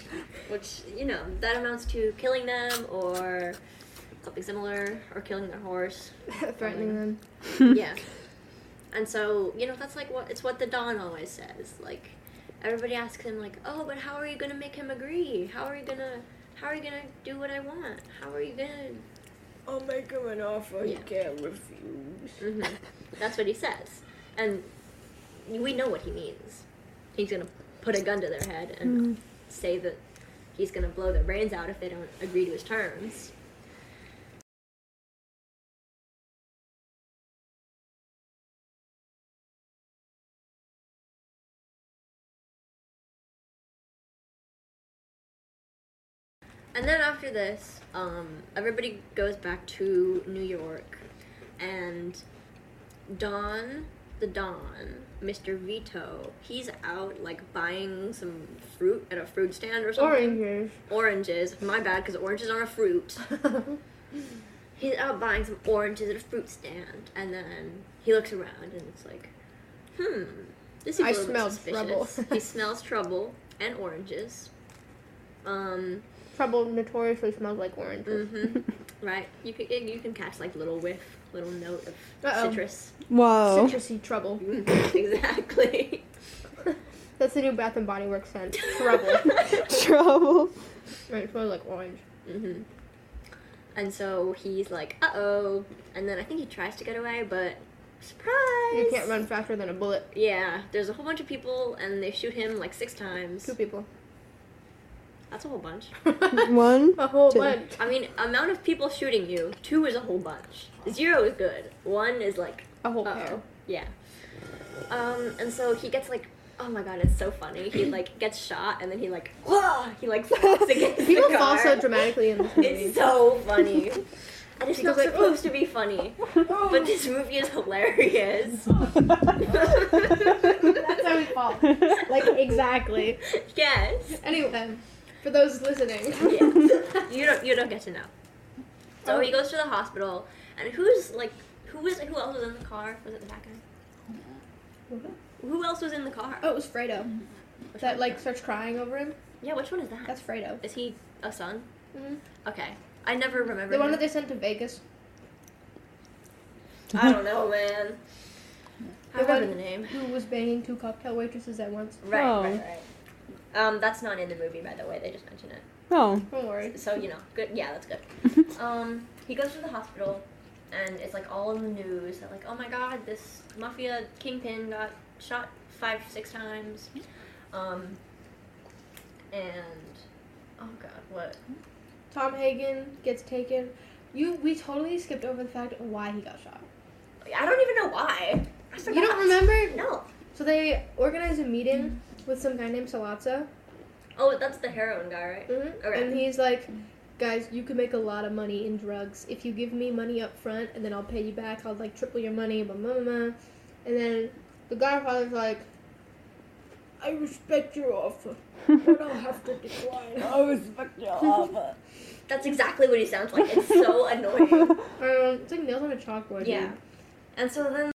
Which you know that amounts to killing them or something similar, or killing their horse.
Threatening them.
yeah. And so, you know, that's like what it's what the Don always says. Like everybody asks him like, "Oh, but how are you going to make him agree? How are you going to how are you going to do what I want? How are you going to
I'll make him an offer
he Yeah.
can't refuse.
hmm That's what he says, and we know what he means. He's gonna put a gun to their head and say that he's gonna blow their brains out if they don't agree to his terms. And then after this, um, everybody goes back to New York, and Don, the Don, Mr. Vito, he's out like buying some fruit at a fruit stand or something.
Oranges.
Oranges. My bad, because oranges aren't a fruit. he's out buying some oranges at a fruit stand, and then he looks around and it's like, hmm, this is
I
a little bit
smell
suspicious.
trouble.
he smells trouble and oranges. Um,
Trouble notoriously smells like oranges.
hmm right. You can you can catch like little whiff, little note of
Uh-oh.
citrus. Oh.
Whoa.
Oh. Citrusy trouble.
Mhm, exactly.
That's the new Bath and Body Works scent. Trouble.
Trouble.
right, it smells like orange.
hmm And so he's like, uh oh. And then I think he tries to get away, but surprise!
You can't run faster than a bullet.
Yeah, there's a whole bunch of people, and they shoot him like six times.
Two people.
That's a whole bunch.
One.
A whole
Two.
bunch.
I mean, amount of people shooting you, two is a whole bunch. Zero is good. One is like,
A whole
uh-oh. Yeah. Um, and so he gets like, oh my god, it's so funny. He like gets shot, and then he like, whoa! He like falls against
pair. People
the
fall
car.
so dramatically in this movie.
It's so funny. And it's not
Because, like, "Oh."
supposed to be funny, but this movie is hilarious.
That's how we fall. Like, exactly.
yes.
Anyway, for those listening.
Yes. You don't. You don't get to know. So he goes to the hospital, and who's like, who was who else was in the car? Was it the fat guy? Who else was in the car?
Oh, it was Fredo.
Which
That,
one?
like, starts crying over him.
Yeah. Which one is that?
That's Fredo.
Is he a son?
Mhm.
Okay. I never remember.
The one that they sent to Vegas.
I don't know, man. I
The
remember
one-
the name.
Who was banging two cocktail waitresses at once.
Right.
Oh.
Right. Right. Um, that's not in the movie, by the way. They just mention it.
Oh.
Don't worry.
So you know, good. Yeah, that's good. um, he goes to the hospital, and it's like all in the news that like, oh my god, this mafia kingpin got shot five, six times. Um, and oh god, what?
Tom Hagen gets taken. You, we totally skipped over the fact of why he got shot.
I don't even know why. I
You
forgot.
don't remember?
No.
So they organized a meeting with some guy named Salazzo,
Oh, that's the heroin guy, right? Mm-hmm. Okay.
and he's like, "Guys, you could make a lot of money in drugs if you give me money up front, and then I'll pay you back. I'll like triple your money, blah blah blah." blah." And then the Godfather's like, "I respect your offer, but I'll have to decline."
I respect your offer.
That's exactly what he sounds like. It's so annoying.
Um, it's like nails on a chalkboard.
Yeah.
dude.
And so then.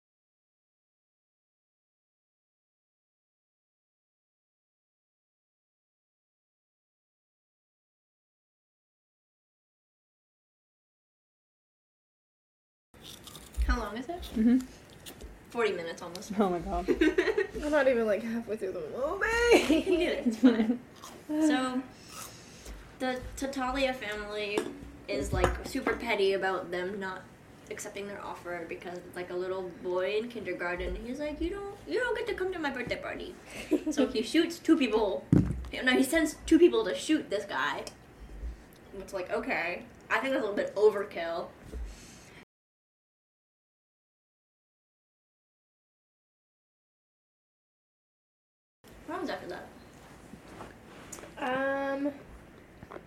How long is it?
Mhm.
40 minutes almost.
Oh my god.
I'm not even like halfway through the movie.
You can do it. It's fine. so, the Tatalia family is like super petty about them not accepting their offer because like a little boy in kindergarten, he's like, you don't, you don't get to come to my birthday party. so he shoots two people. No, he sends two people to shoot this guy. It's like okay, I think that's a little bit overkill. What happens after that?
Um,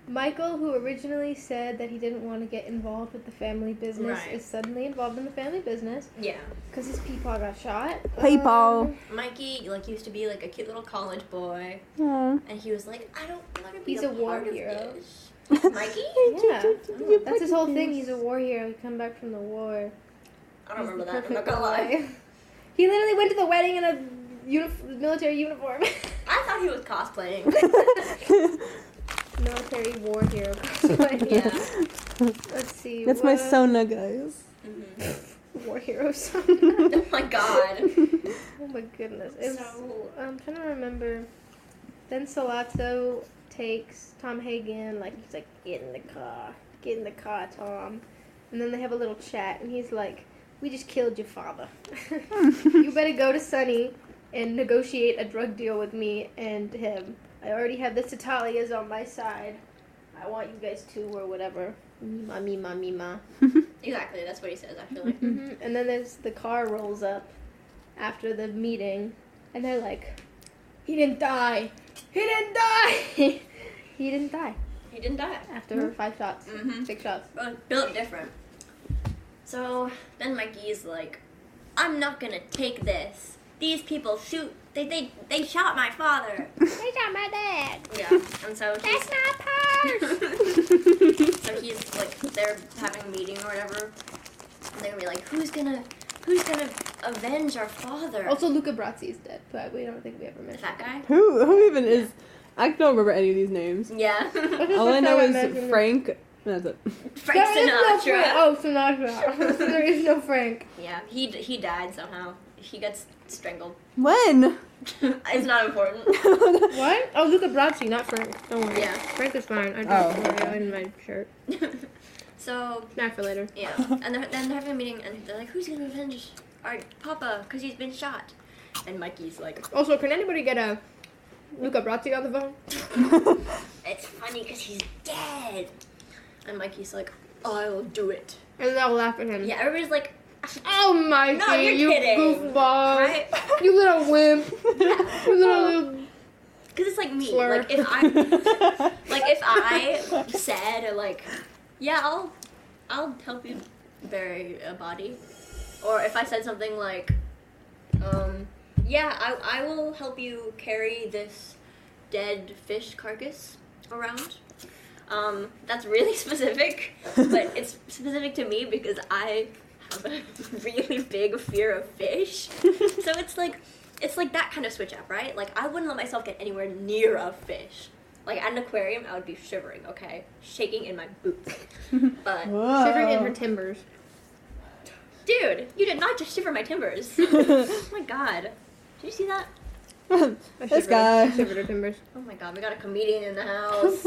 Michael, who originally said that he didn't want to get involved with the family business,
Right.
is suddenly involved in the family business
Yeah.
because his peepaw got shot.
Peepaw.
Um,
Mikey like used to be like a cute little college boy,
Oh.
and he was like, I don't want to be
He's
a,
a war
part of
hero.
this." Mikey?
yeah,
Oh,
that's his whole thing. He's a war hero. He come back from the war.
I don't
He's the
remember that. I'm not
perfect
gonna lie.
boy. he literally went to the wedding in a unif- military uniform.
I thought he was cosplaying.
military war hero.
yeah.
Let's see.
That's my
what-
Sona, guys.
Mhm.
War hero song.
Oh my god.
oh my goodness. It's-
So
I'm trying to remember. Then Salazzo takes Tom Hagen, like he's like, get in the car, get in the car, Tom. And then they have a little chat, and he's like, "We just killed your father. you better go to Sunny and negotiate a drug deal with me and him. I already have the Tatalias on my side. I want you guys to, or whatever. Mima, mima, mima."
Exactly, that's what he says. I feel like
hmm And then there's the car rolls up after the meeting, and they're like, "He didn't die. He didn't die. he didn't die."
he didn't die.
After five shots,
Mhm.
six shots.
Well, built different. So then Mikey is like, I'm not gonna take this. These people shoot. They they they shot my father.
Where's my bag?
Yeah, and so he's
That's my purse.
So he's like, they're having a meeting or whatever, and they're gonna be like, who's gonna, who's gonna avenge our father?
also, Luca Brazzi is dead, but we don't think we ever
the
mentioned.
fat guy.
Who who even is? I don't remember any of these names.
Yeah,
All I know
Imagine-
is Frank. That's it.
Frank
There is no Frank.
Sinatra.
Oh, Sinatra. there is no Frank.
Yeah, he d- he died somehow. He got s- strangled.
When?
it's not important.
What? Oh, Luca Brazzi, not Frank. Don't worry.
Yeah.
Frank is fine. I don't
Oh.
worry. in my shirt.
So
Not for later.
yeah, and they're, then they're having a meeting, and they're like, who's gonna avenge our papa? Cause he's been shot. And Mikey's like,
Also, can anybody get a Luca Brazzi on the phone?
it's funny because he's dead. And Mikey's like, I'll do it.
And they'll laugh at him.
Yeah, everybody's like,
Oh my
No,
God,
you're
you
kidding.
goofball.
right?
You little wimp. You
Oh.
little
Because it's like me.
Slur.
Like if I, like if I said like, yeah, I'll, I'll help you bury a body, or if I said something like, um, yeah, I, I will help you carry this dead fish carcass around. Um, that's really specific, but it's specific to me because I have a really big fear of fish. so it's like it's like that kind of switch up, right? Like I wouldn't let myself get anywhere near a fish. Like at an aquarium, I would be shivering, okay, shaking in my boots. but
Uh,
shivering in her timbers.
dude, you did not just shiver my timbers. oh my god, did you see that?
I
This
shivered.
guy.
I shivered her timbers.
Oh my god, we got a comedian in the house.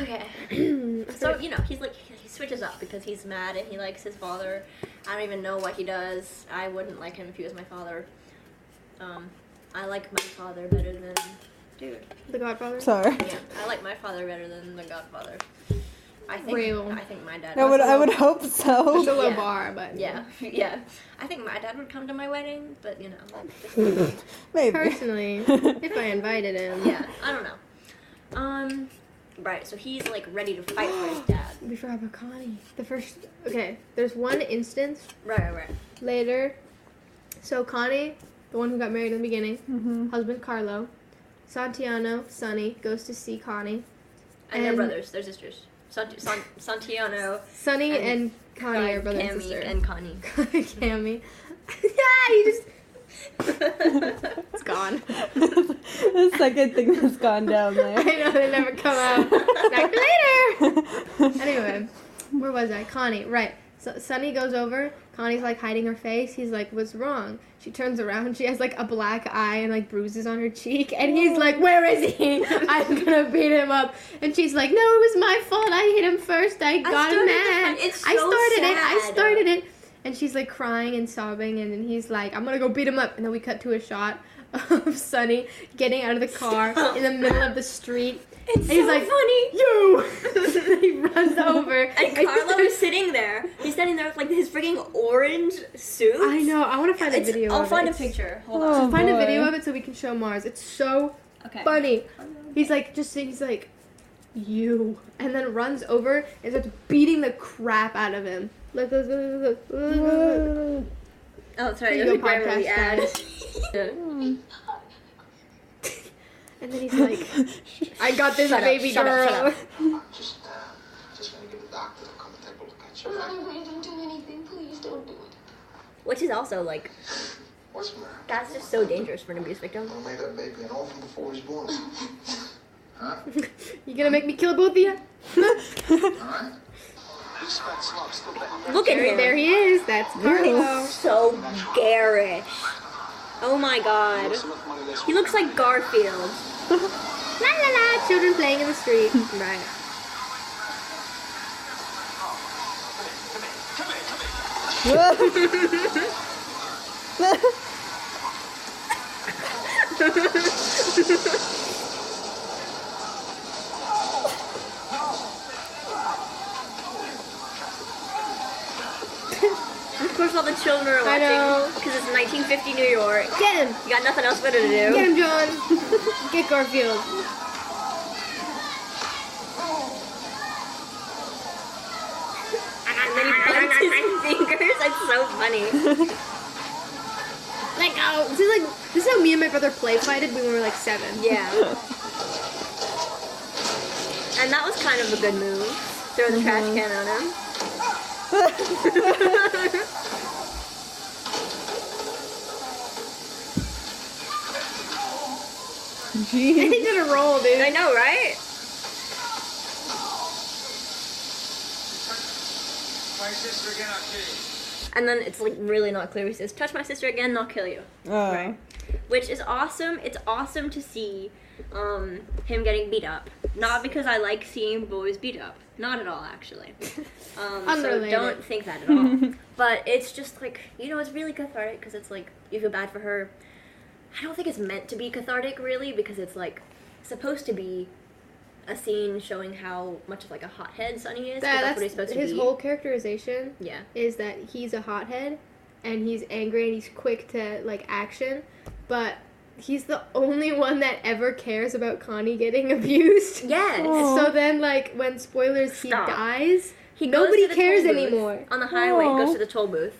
okay. So you know he's like he switches up because he's mad and he likes his father. I don't even know what he does. I wouldn't like him if he was my father. Um, I like my father better than dude.
the Godfather.
Sorry.
Yeah, I like my father better than the Godfather. I think
Real.
I think my dad.
I would
also-
I would hope
It's
so.
a low
Yeah.
bar, but
Yeah, yeah. I think my dad would come to my wedding, but you know, just-
Maybe.
Personally, if I invited him,
yeah. I don't know. Um, right. So he's like ready to fight for his dad.
We forgot about Connie. The first. Okay, there's one instance
Right, right, right.
later. So Connie, the one who got married in the beginning,
Mm-hmm.
husband Carlo, Santiano, Sonny goes to see Connie.
And, they're
And-
brothers. They're sisters. Sant- Sant- Santiano,
Sonny and,
And
Connie are brother
Cammy,
and sister.
and Connie.
Cammy. yeah, you just. It's gone.
the second thing that's gone down
I
there.
know they never come out. Back to later. Anyway, where was I? Connie, right. So Sunny goes over. Connie's like hiding her face. He's like, "What's wrong?" She turns around. She has like a black eye and like bruises on her cheek. And
Oh.
he's like, "Where is he? I'm gonna beat him up." And she's like, "No, it was my fault. I hit him first. I got
started
him
the
mad.
fight. It's
I
so
started it. I
sad."
started it." And she's like crying and sobbing. And then he's like, "I'm gonna go beat him up." And then we cut to a shot of Sunny getting out of the car in the middle of the street.
It's
And he's
so
like,
funny.
"You!" he runs over.
And Carlo is sitting there. He's standing there with like his freaking orange suit.
I know. I want to find a
It's,
video.
I'll
of
find
it.
a picture. Hold on.
Oh,
Find a
boy.
video of it so we can show Mars. It's so
Okay.
funny. He's like, just he's like, you, and then runs over and starts beating the crap out of him. Look, look, look, look, look, look, look, look.
Oh, sorry.
Here
Let
you
me
go,
grab
podcast
the ad.
And then he's like, I got this
Shut up,
baby
shut
girl.
up, shut
Just, uh, just gonna get a doctor to come and take a look at you. right?
Mama, don't do anything. Please don't do it.
Which is also like
What's the matter?
that's just so dangerous for an abuse victim.
I made that baby an orphan before he was born. huh?
You gonna make me kill both of you?
Alright? This fat slob's still there.
Look at him.
There he is. That's Carlo.
He's so garish. Oh my god.
There's enough money left.
He looks like Garfield.
La la la. Children playing in the street. right.
Of course, all the children are
I know.
watching because it's 1950 New York.
Get him!
You got nothing else better to
Get
do.
him, John! Get Garfield.
And then he bites his fingers. It's so funny.
Let go! This is like this is how me and my brother play fighted when we were like seven.
Yeah. And that was kind of a good move. Throw the trash
Mm-hmm.
can on him.
He did a roll, dude.
I know, right?
My sister again, I'll kill you.
And then it's like really not clear. He says, "Touch my sister again, and I'll kill you,"
Oh.
which is awesome. It's awesome to see um, him getting beat up. Not because I like seeing boys beat up. Not at all, actually. Um, so
Unrelated.
don't think that at all. but it's just like you know, it's really cathartic because it's like you feel bad for her. I don't think it's meant to be cathartic, really, because it's like supposed to be a scene showing how much of like a hothead Sonny is. 'cause
That-
that's, what he's
that's
supposed to
his
be.
whole characterization
yeah.
is that he's a hothead and he's angry and he's quick to like action, but he's the only one that ever cares about Connie getting abused.
Yes.
So then, like when spoilers, he
Stop.
dies.
He
Nobody
goes to the
cares
toll booth
anymore.
On the highway, he goes to the toll booth.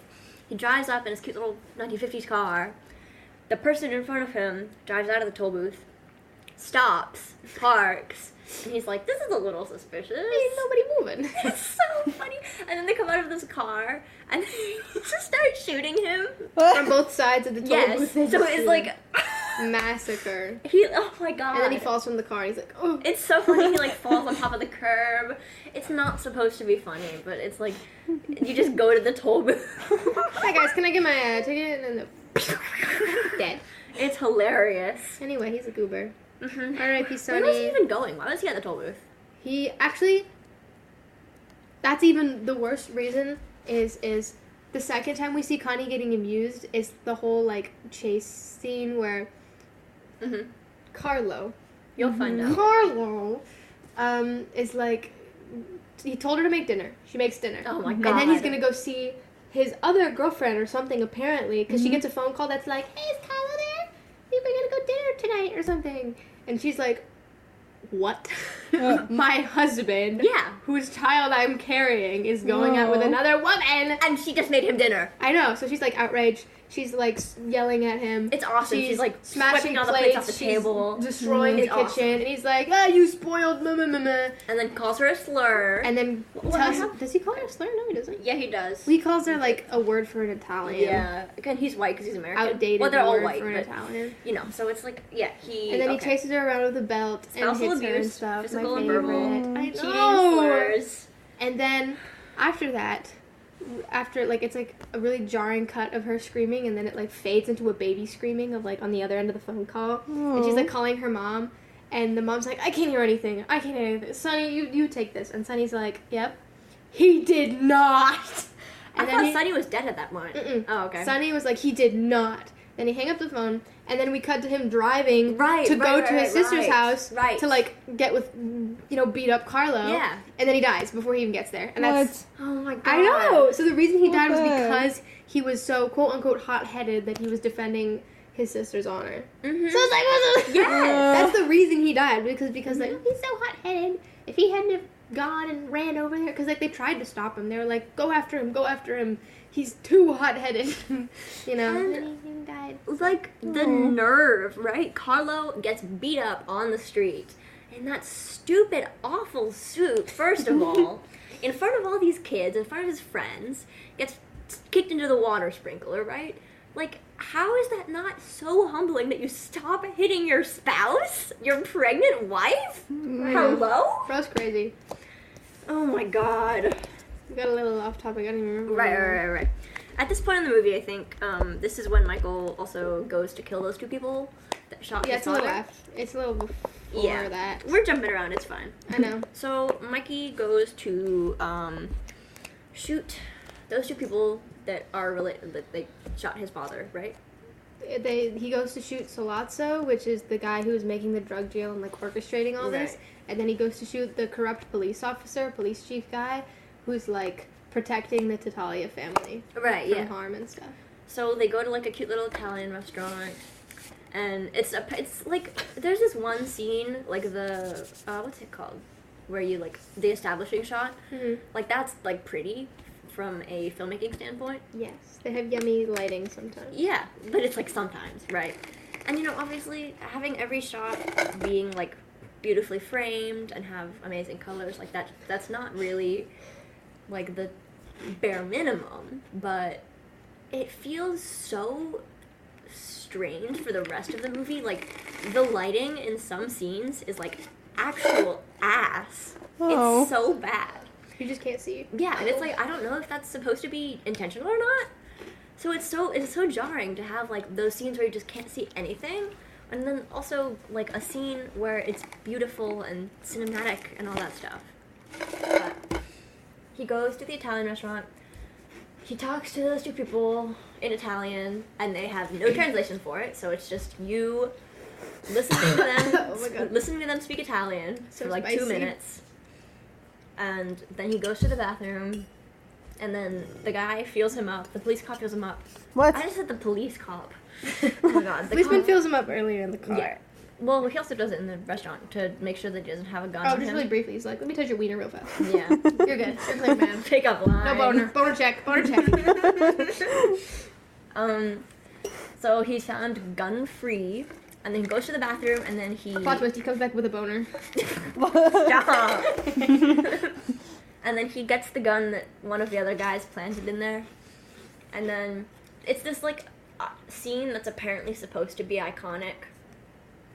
He drives up in his cute little 1950s car. The person in front of him drives out of the toll booth, stops, parks, and he's like, "This is a little suspicious."
Ain't nobody moving.
It's so funny. And then they come out of this car and they just start shooting him.
From both sides of the toll
Yes.
booth.
So
they just
it's
do
like
massacre.
he. Oh my god.
And then he falls from the car. and He's like, oh.
It's so funny. He like falls on top of the curb. It's not supposed to be funny, but it's like you just go to the toll booth.
Hi guys, can I get my uh, ticket? And then dead.
It's hilarious.
Anyway, he's a goober.
Mm-hmm.
R.I.P.
Where was he
Sonny.
even going? Why was he at the toll booth?
He actually. That's even the worst reason. Is is the second time we see Connie getting abused is the whole like chase scene where
Mm-hmm.
Carlo
You'll find
Mm-hmm.
out.
Carlo um, is like, he told her to make dinner. She makes dinner.
Oh my
And then he's
God.
gonna go see his other girlfriend or something apparently, because she gets a phone call that's like, "Hey, is Carlo there? We We're gonna go dinner tonight or something." And she's like, "What? my husband,
Yeah.
whose child I'm carrying, is going out with
Aw.
another woman."
And she just made him dinner.
I know. So she's like outraged. She's like s- yelling at him.
It's awesome. She's, like smashing
smashing
all the plates
plates
off the
she's
table,
destroying the
It's
kitchen,
awesome.
and he's like, "Ah, you spoiled mama, mama."
and then calls her a slur.
And then
What
tells,
happened?
does he call her a slur? No, he doesn't.
yeah, he does.
He calls her like a word for an Italian.
yeah, again, he's white because he's American.
Outdated
Well, they're all
word
white,
for an
but
Italian.
you know. So it's like, yeah, he.
And then he
okay.
chases her around with a belt and
Spousal
hits her and
abuse,
stuff.
physical
My
and
favorite.
verbal,
I
cheating
know.
slurs.
And then after that, after like it's like a really jarring cut of her screaming, and then it like fades into a baby screaming of like on the other end of the phone call, and she's like calling her mom, and the mom's like, "I can't hear anything. I can't hear anything. Sonny, you you take this." And Sonny's like, "Yep, he did not."
I thought Sunny was dead at that point.
Mm-mm.
Oh, okay.
Sonny was like, he did not. Then he hang up the phone, and then we cut to him driving
Right,
to go
right,
to
right,
his sister's
right,
house
right.
to like get with, you know, beat up Carlo.
Yeah.
And then he dies before he even gets there. And that's
oh my god.
I know. So the reason he died was
Okay.
because he was so quote unquote hot headed that he was defending his sister's honor.
Mhm.
So it's like, what's the-
Yes.
that's the reason he died because because like he's so hot headed. If he hadn't have gone and ran over there, because like they tried to stop him, they were like, "Go after him! Go after him! He's too hot headed," you know.
And-
And he died.
like the nerve, right? Carlo gets beat up on the street in that stupid, awful suit, first of all, in front of all these kids, in front of his friends, gets kicked into the water sprinkler, right? Like, how is that not so humbling that you stop hitting your spouse, your pregnant wife? Hello?
Bro's crazy.
Mm-hmm. Oh my god.
We got a little off topic. I don't even remember.
Right, right, right, right. At this point in the movie, I think um, this is when Michael also goes to kill those two people that shot
Yeah,
his
it's a little
daughter.
after. It's a little before
Yeah.
that.
We're jumping around. It's fine.
I know.
So Mikey goes to um, shoot those two people that are related that they shot his father, right?
They he goes to shoot Solazzo, which is the guy who is making the drug deal and like orchestrating all this,
Right.
and then he goes to shoot the corrupt police officer, police chief guy, who's like protecting the Tatalia family
Right.
from harm and stuff.
Uh-huh. So they go to like a cute little Italian restaurant, and it's a it's like there's this one scene like the uh, what's it called, where you like the establishing shot,
Mhm.
like that's like pretty from a filmmaking standpoint.
Yes, they have yummy lighting sometimes.
Yeah, but it's like sometimes, right? And you know, obviously having every shot being like beautifully framed and have amazing colors like that that's not really like the bare minimum, but it feels so strange for the rest of the movie. Like the lighting in some scenes is like actual ass.
Oh.
It's so bad.
You just can't see.
Yeah, and it's like I don't know if that's supposed to be intentional or not. So it's so it's so jarring to have like those scenes where you just can't see anything, and then also like a scene where it's beautiful and cinematic and all that stuff. But he goes to the Italian restaurant. He talks to those two people in Italian, and they have no translation for it. So it's just you listening to them,
Oh my God.
listening to them speak Italian
So
for like two
spicy.
minutes. And then he goes to the bathroom, and then the guy feels him up. The police cop feels him up. I
What?
just said the police cop. oh my god. The
Lisbon
cop-
fills him up earlier in the car.
Yeah. Well, he also does it in the restaurant to make sure that he doesn't have a gun
Oh,
on
just
him.
really briefly, he's like, "Let me touch your wiener real fast.
Yeah.
You're good. You're clean, man.
Pick up line.
No boner. Boner check. Boner check."
Um, so he's found gun free, and then he goes to the bathroom, and then he.
Plot twist: He comes back with a boner.
Stop. and then he gets the gun that one of the other guys planted in there. And then it's this like uh, scene that's apparently supposed to be iconic.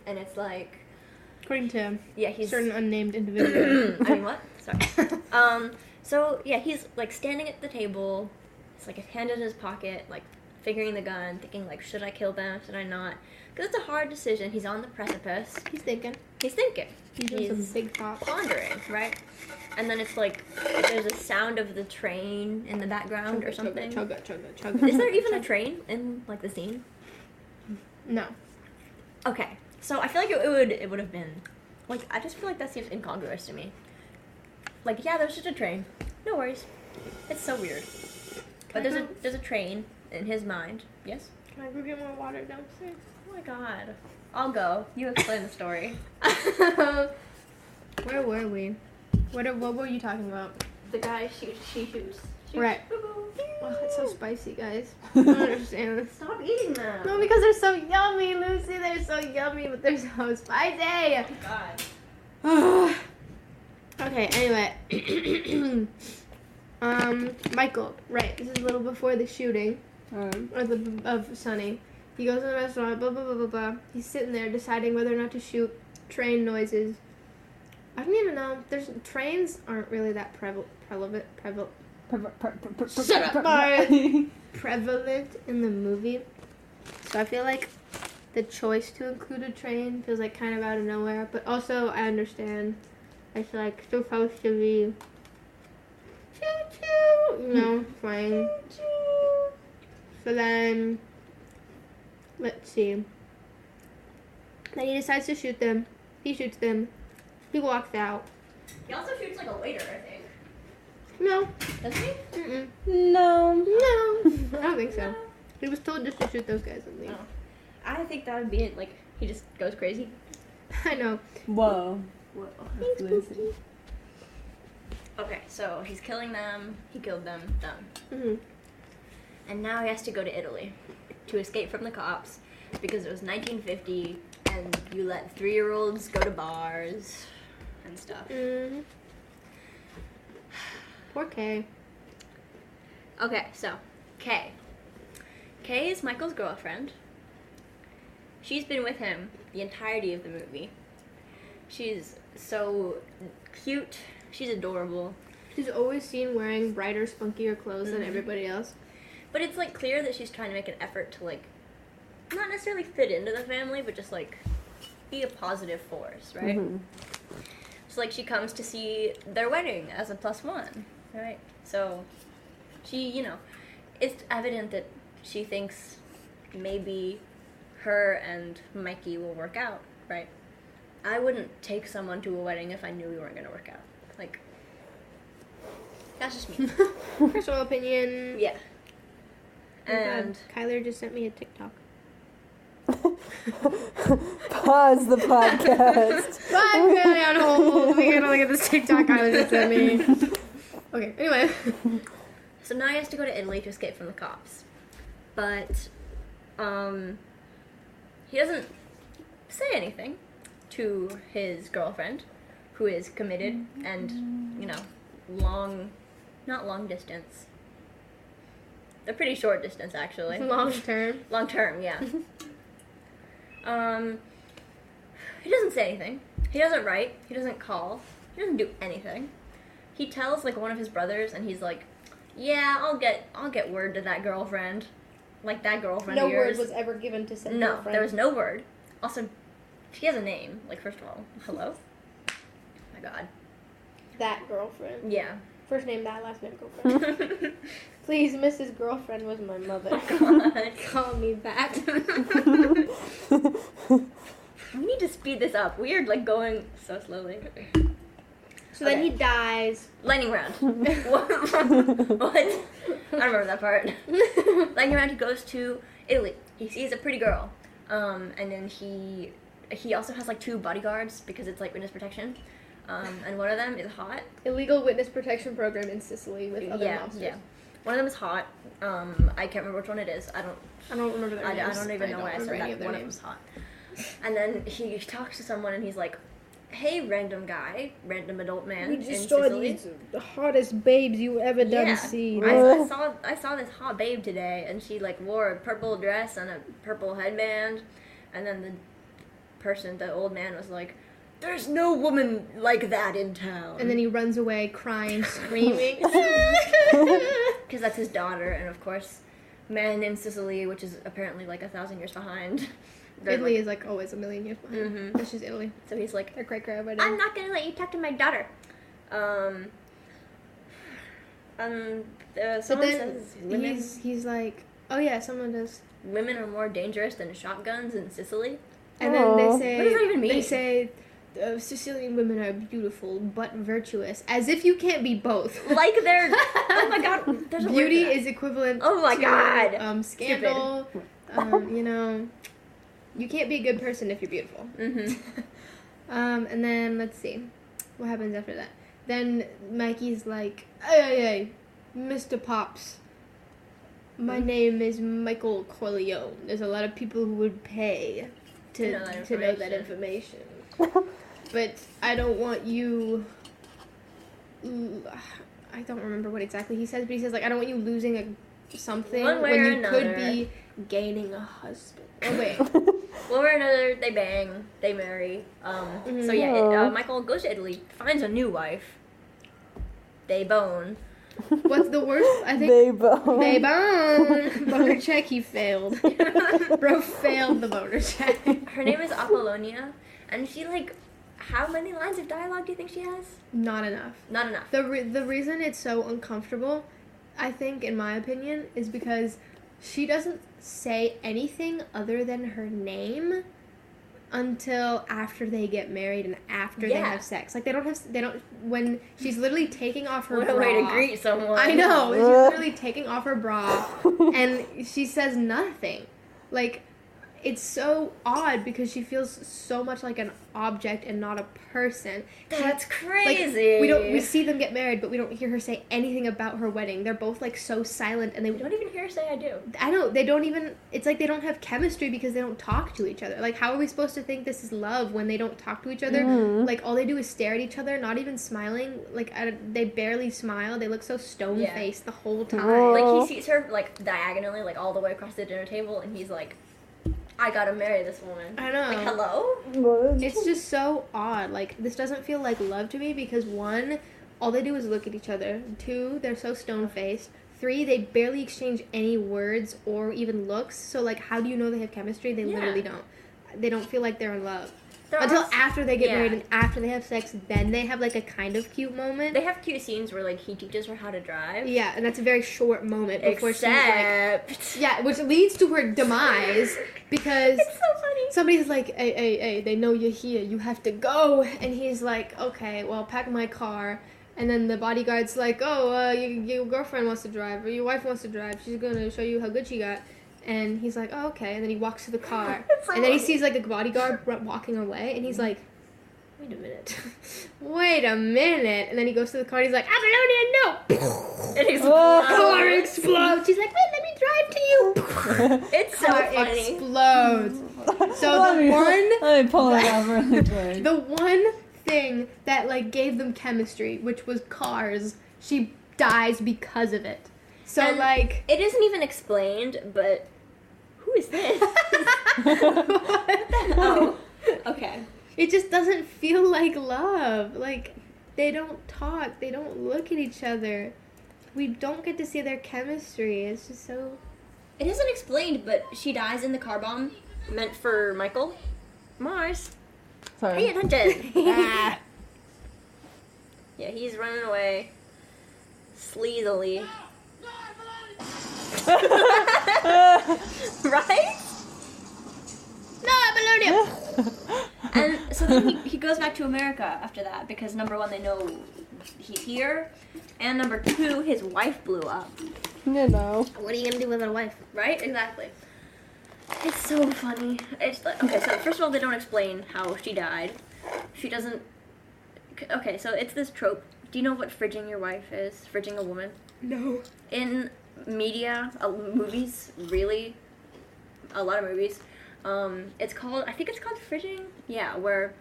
And it's like,
According to
yeah, he's Hmm,
certain unnamed individual.
I mean, what? Sorry. Um, so yeah, he's like standing at the table. It's like his hand in his pocket, like figuring the gun, thinking like, should I kill them? Should I not? Because it's a hard decision. He's on the precipice.
He's thinking.
He's thinking.
He's doing some big thoughts.
pondering, right? And then it's like there's a sound of the train in the background or something.
Chugga, chugga, chugga.
Is there even a train in like the scene?
No.
Okay, so I feel like it, it would it would have been like I just feel like that seems incongruous to me. Like yeah, there's just a train. No worries. It's so weird. But there's a there's a train in his mind. Yes.
Can I go get more water downstairs?
Oh my god. I'll go. You explain the story.
Where were we? What are- What were you talking about?
the guy shoots. She shoots. shoots.
Right. Oh, it's so spicy, guys. I don't understand this.
Stop eating them.
No, because they're so yummy, Lucy. They're so yummy, but they're so spicy.
Oh God.
okay. Anyway. um, Michael. Right. This is a little before the shooting.
Um,
or the, of Sunny. He goes to the restaurant, blah, blah, blah, blah, blah. He's sitting there deciding whether or not to shoot train noises. I don't even know. There's trains aren't really that prevalent, prevalent, prevalent, Shut up, Bart. prevalent in the movie. So I feel like the choice to include a train feels like kind of out of nowhere. But also, I understand. It's like supposed to be choo choo, you know, flying. So then, let's see. Then he decides to shoot them. He shoots them. He walks out.
He also shoots like a waiter, I think.
No,
Does he?
mm-mm,
No.
no, I don't think so. He was told just to shoot those guys and leave.
Oh. I think that would be it. Like he just goes crazy.
I know.
Whoa. That's Lucy.
Okay, so he's killing them. He killed them. Done.
hmm
And now he has to go to Italy to escape from the cops because it was 1950 and you let three-year-olds go to bars and stuff.
hmm Poor Kay.
Okay, so Kay. Kay is Michael's girlfriend. She's been with him the entirety of the movie. She's so cute. She's adorable.
She's always seen wearing brighter, spunkier clothes than
Mhm.
everybody else.
But it's like clear that she's trying to make an effort to like not necessarily fit into the family, but just like be a positive force, right?
Mm-hmm.
So like she comes to see their wedding as a plus one, right? So she, you know, it's evident that she thinks maybe her and Mikey will work out, right? I wouldn't take someone to a wedding if I knew we weren't going to work out. Like, that's just me.
Personal opinion.
yeah.
Oh my God,
And
Kyler just sent me a TikTok.
Pause the podcast.
I'm really on hold. We gotta look at this TikTok Kyler just sent me. Okay. Anyway.
so now he has to go to Italy to escape from the cops. But, um, he doesn't say anything to his girlfriend, who is committed and, you know, long, not long distance. A pretty short distance, actually.
Long term.
Long term, yeah. um, he doesn't say anything. He doesn't write. He doesn't call. He doesn't do anything. He tells like one of his brothers, and he's like, "Yeah, I'll get I'll get word to that girlfriend, like that girlfriend
No
of yours."
word was ever given to said
no,
girlfriend.
there was no word. Also, she has a name. Like first of all, hello. Oh my God.
that girlfriend.
Yeah. Oh
First name that, last name girlfriend. Please, Mrs. Girlfriend was my mother.
God.
Call me that.
We need to speed this up. We are like going so slowly.
so then he dies.
Lightning round. what? I don't remember that part. Lightning round. He goes to Italy. He sees a pretty girl, um, and then he he also has like two bodyguards because it's like witness protection, um, and one of them is hot.
Illegal witness protection program in Sicily with other
yeah,
mobsters.
yeah. One of them is hot. Um, I can't remember which one it is. I don't.
I don't remember their
I, I
names.
don't even know why I
remember
said
any
that.
of their
One
names.
of them's hot. And then he talks to someone, and he's like, "Hey, random guy, random adult man in Sicily."
the hottest babes you ever
Yeah.
seen.
I, I saw I saw this hot babe today, and she like wore a purple dress and a purple headband, and then the person, the old man, was like, "There's no woman like that in town."
And then he runs away crying, screaming.
because that's his daughter, and of course, men in Sicily, which is apparently like a thousand years behind. they're
Italy
like-
is like always a million years behind.
Mhm.
That's just Italy.
So he's like,
They're great grab
I'm not gonna let you talk to my daughter. Um. Um. Uh,
But
someone
then
says women,
he's, he's like, oh yeah, someone does.
women are more dangerous than shotguns in Sicily.
And
Aw.
then they say,
What does that even
They
mean?
say uh, Sicilian women are beautiful but virtuous, as if you can't be both.
like they're oh my god there's a word
Beauty
for that.
is equivalent.
Oh my
to,
God.
Um, scandal. Um, you know, you can't be a good person if you're beautiful.
Mhm.
Um, and then let's see, what happens after that? Then Mikey's like, hey, hey, hey Mr. Pops. My
Hmm.
name is Michael Corleone. There's a lot of people who would pay to,
To know that
to know that information. but I don't want you. Ooh, I don't remember what exactly he says, but he says like I don't want you losing a something
One way
when
or
you could
another.
be gaining a husband. Oh wait,
one way or another they bang they marry um so yeah it, uh, michael goes to italy finds a new wife they bone
what's the worst? I think
they both.
they bone boner ah, check. He failed. Bro failed the boner check.
her name is apollonia and she like how many lines of dialogue do you think she has
Not enough.
not enough
The re- the reason it's so uncomfortable, I think, in my opinion, is because she doesn't say anything other than her name until after they get married and after they
Yeah.
have sex. Like they don't have s- they don't when she's literally taking off her
what
bra.
a way to greet someone
I know. She's literally taking off her bra and she says nothing. Like it's so odd because she feels so much like an object and not a person. She-
that's
like,
crazy
we don't we see them get married, but we don't hear her say anything about her wedding. They're both like so silent, and they
You don't even hear her say i do
I don't. They don't even. It's like they don't have chemistry because they don't talk to each other. Like, how are we supposed to think this is love when they don't talk to each other? Like, all they do is stare at each other, not even smiling. Like, I, don't- they barely smile. They look so stone faced the whole time.
like he sees her like diagonally like all the way across the dinner table and he's like i gotta marry this woman
I know.
like hello
It's just so odd. Like this doesn't feel like love to me because one, all they do is look at each other. Two, they're so stone faced. Three, they barely exchange any words or even looks. So like, how do you know they have chemistry? They
Yeah.
literally don't. They don't feel like they're in love.
There
Until
are s-
after they get
yeah.
married and after they have sex, then they have like a kind of cute moment.
They have cute scenes where like he teaches her how to drive.
yeah, and that's a very short moment before
Except
she's like, yeah, which leads to her demise because
it's so funny.
somebody's like, hey, hey, hey, they know you're here, you have to go, and he's like, okay, well, pack my car. And then the bodyguard's like, oh, uh, your, your girlfriend wants to drive, or your wife wants to drive. She's gonna show you how good she got. And he's like, oh, okay. And then he walks to the car, and then he sees like a bodyguard r- walking away, and he's
Mm-hmm.
like, wait a minute, wait a minute. And then he goes to the car, and he's like, Apollonia, no!
It
Oh,
is
Car explodes. She's like, wait, let me drive to you.
it's so
Car
funny.
explodes. So
Let
the
me-
one
Let me pull it out really quick.
the one thing that like gave them chemistry, which was cars, she dies because of it. So
And-
like
It isn't even explained, but who is this? oh, okay.
it just doesn't feel like love. Like they don't talk, they don't look at each other. We don't get to see their chemistry. It's just so
It isn't explained, but she dies in the car bomb meant for Michael Mars.
Sorry.
Pay attention.
Ah.
Yeah, he's running away sleazily. right?
No, Apollonia!
And so then he, he goes back to America after that because number one, they know he's here, and number two, his wife blew up.
you know.
What are you gonna do with a wife?
Right? Exactly. It's so funny. It's like, okay, so first of all, they don't explain how she died. She doesn't. Okay, so it's this trope. Do you know what fridging your wife is? Fridging a woman?
No.
in media, uh, movies, really, a lot of movies. Um, it's called, I think it's called fridging. Yeah, where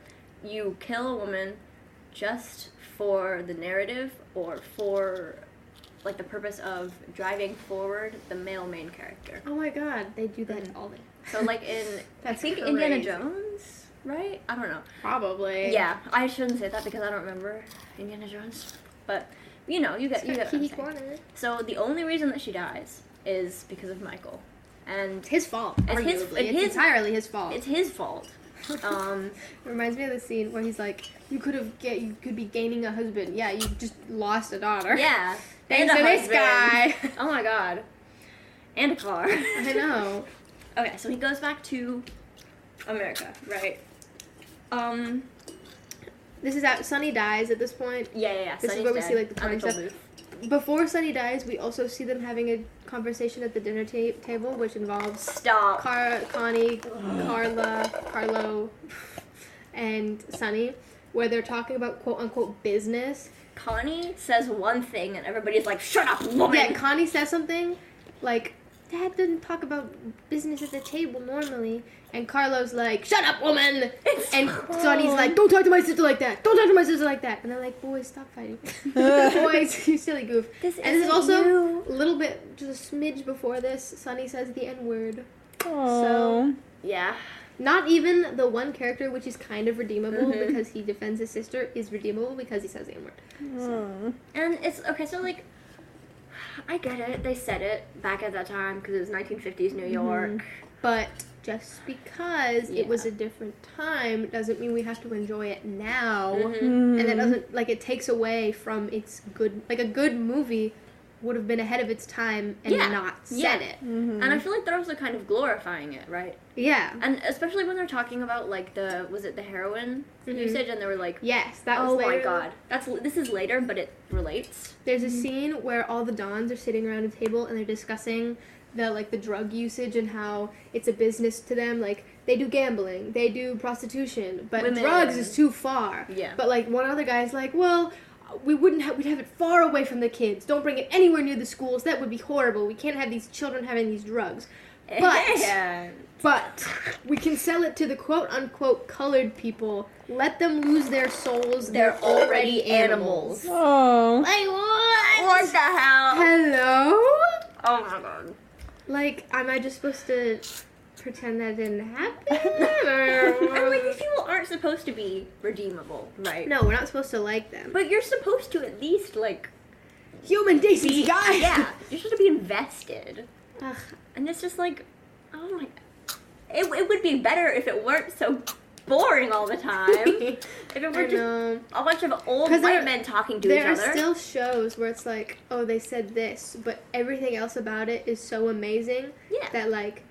you kill a woman just for the narrative or for like the purpose of driving forward the male main character.
Oh my god, they do that all the
So like in, I
That's
Mm. think Indiana
crazy.
Jones, right? I don't know.
Probably.
Yeah, I shouldn't say that because I don't remember Indiana Jones, but you know, you get you get. What I'm saying. So the only reason that she dies is because of Michael, and
It's his fault.
It's his-
arguably.
it's
it's
his-
entirely his fault.
it's his fault. Um,
Reminds me of the scene where he's like, "You could have get, you could be gaining a husband. Yeah, you just lost a daughter.
yeah,
thanks
and a
to this guy.
husband. Oh my god, and a car.
I know.
Okay, so he goes back to America, right? Um,
This is out. Sunny dies at this point.
yeah, yeah, yeah.
This is
Sonny's
where we
dead.
see, like, the
I'm
porn
told
stuff.
Luke.
Before Sunny dies, we also see them having a conversation at the dinner ta- table, which involves
Stop.
Car- Connie, Carla, Carlo, and Sunny, where they're talking about quote unquote business,
Connie says one thing, and everybody's like, "Shut up, woman."
Yeah, Connie says something like, Dad doesn't talk about business at the table normally. And Carlo's like, Shut up, woman!
It's
And Sonny's like, Don't talk to my sister like that! Don't talk to my sister like that! And they're like, Boys, stop fighting. Boys, you silly goof.
This
and this is
isn't
also
you.
a little bit, just a smidge before this, Sonny says the N word.
So,
yeah.
Not even the one character, which is kind of redeemable
Mm-hmm.
because he defends his sister, is redeemable because he says the N word.
And it's okay, so like, I get it. They said it back at that time because it was 1950s New York.
But just because
Yeah.
it was a different time doesn't mean we have to enjoy it now.
Mhm.
And that doesn't like it takes away from its good like a good movie would have been ahead of its time and
Yeah.
not
Yeah.
said it.
And I feel like they're also kind of glorifying it, right?
Yeah.
And especially when they're talking about like the was it the heroin usage, and they were like,
Yes, that was
"Oh my
later.
god, that's this is later, but it relates."
There's a scene where all the dons are sitting around a table and they're discussing the like the drug usage and how it's a business to them. Like they do gambling, they do prostitution, but
Women.
drugs is too far.
Yeah.
But like one other guy's like, well. We wouldn't have, we'd have it far away from the kids. Don't bring it anywhere near the schools. That would be horrible. We can't have these children having these drugs. But-
yeah,
But we can sell it to the quote unquote colored people. Let them lose their souls.
they're already animals.
oh.
Like, what?
What the hell?
Hello?
Oh my god.
Like, am I just supposed to pretend that didn't happen? Or-
And like these people aren't supposed to be redeemable, right?
no, we're not supposed to like them.
But you're supposed to at least like
human decency, guys.
yeah, you should be invested.
Ugh,
And it's just like, oh my, it, it would be better if it weren't so boring all the time. if it
I
were just
know.
a bunch of old
'Cause
white
there-
men talking to each
There are
other.
still shows where it's like, oh, they said this, but everything else about it is so amazing
yeah.
that like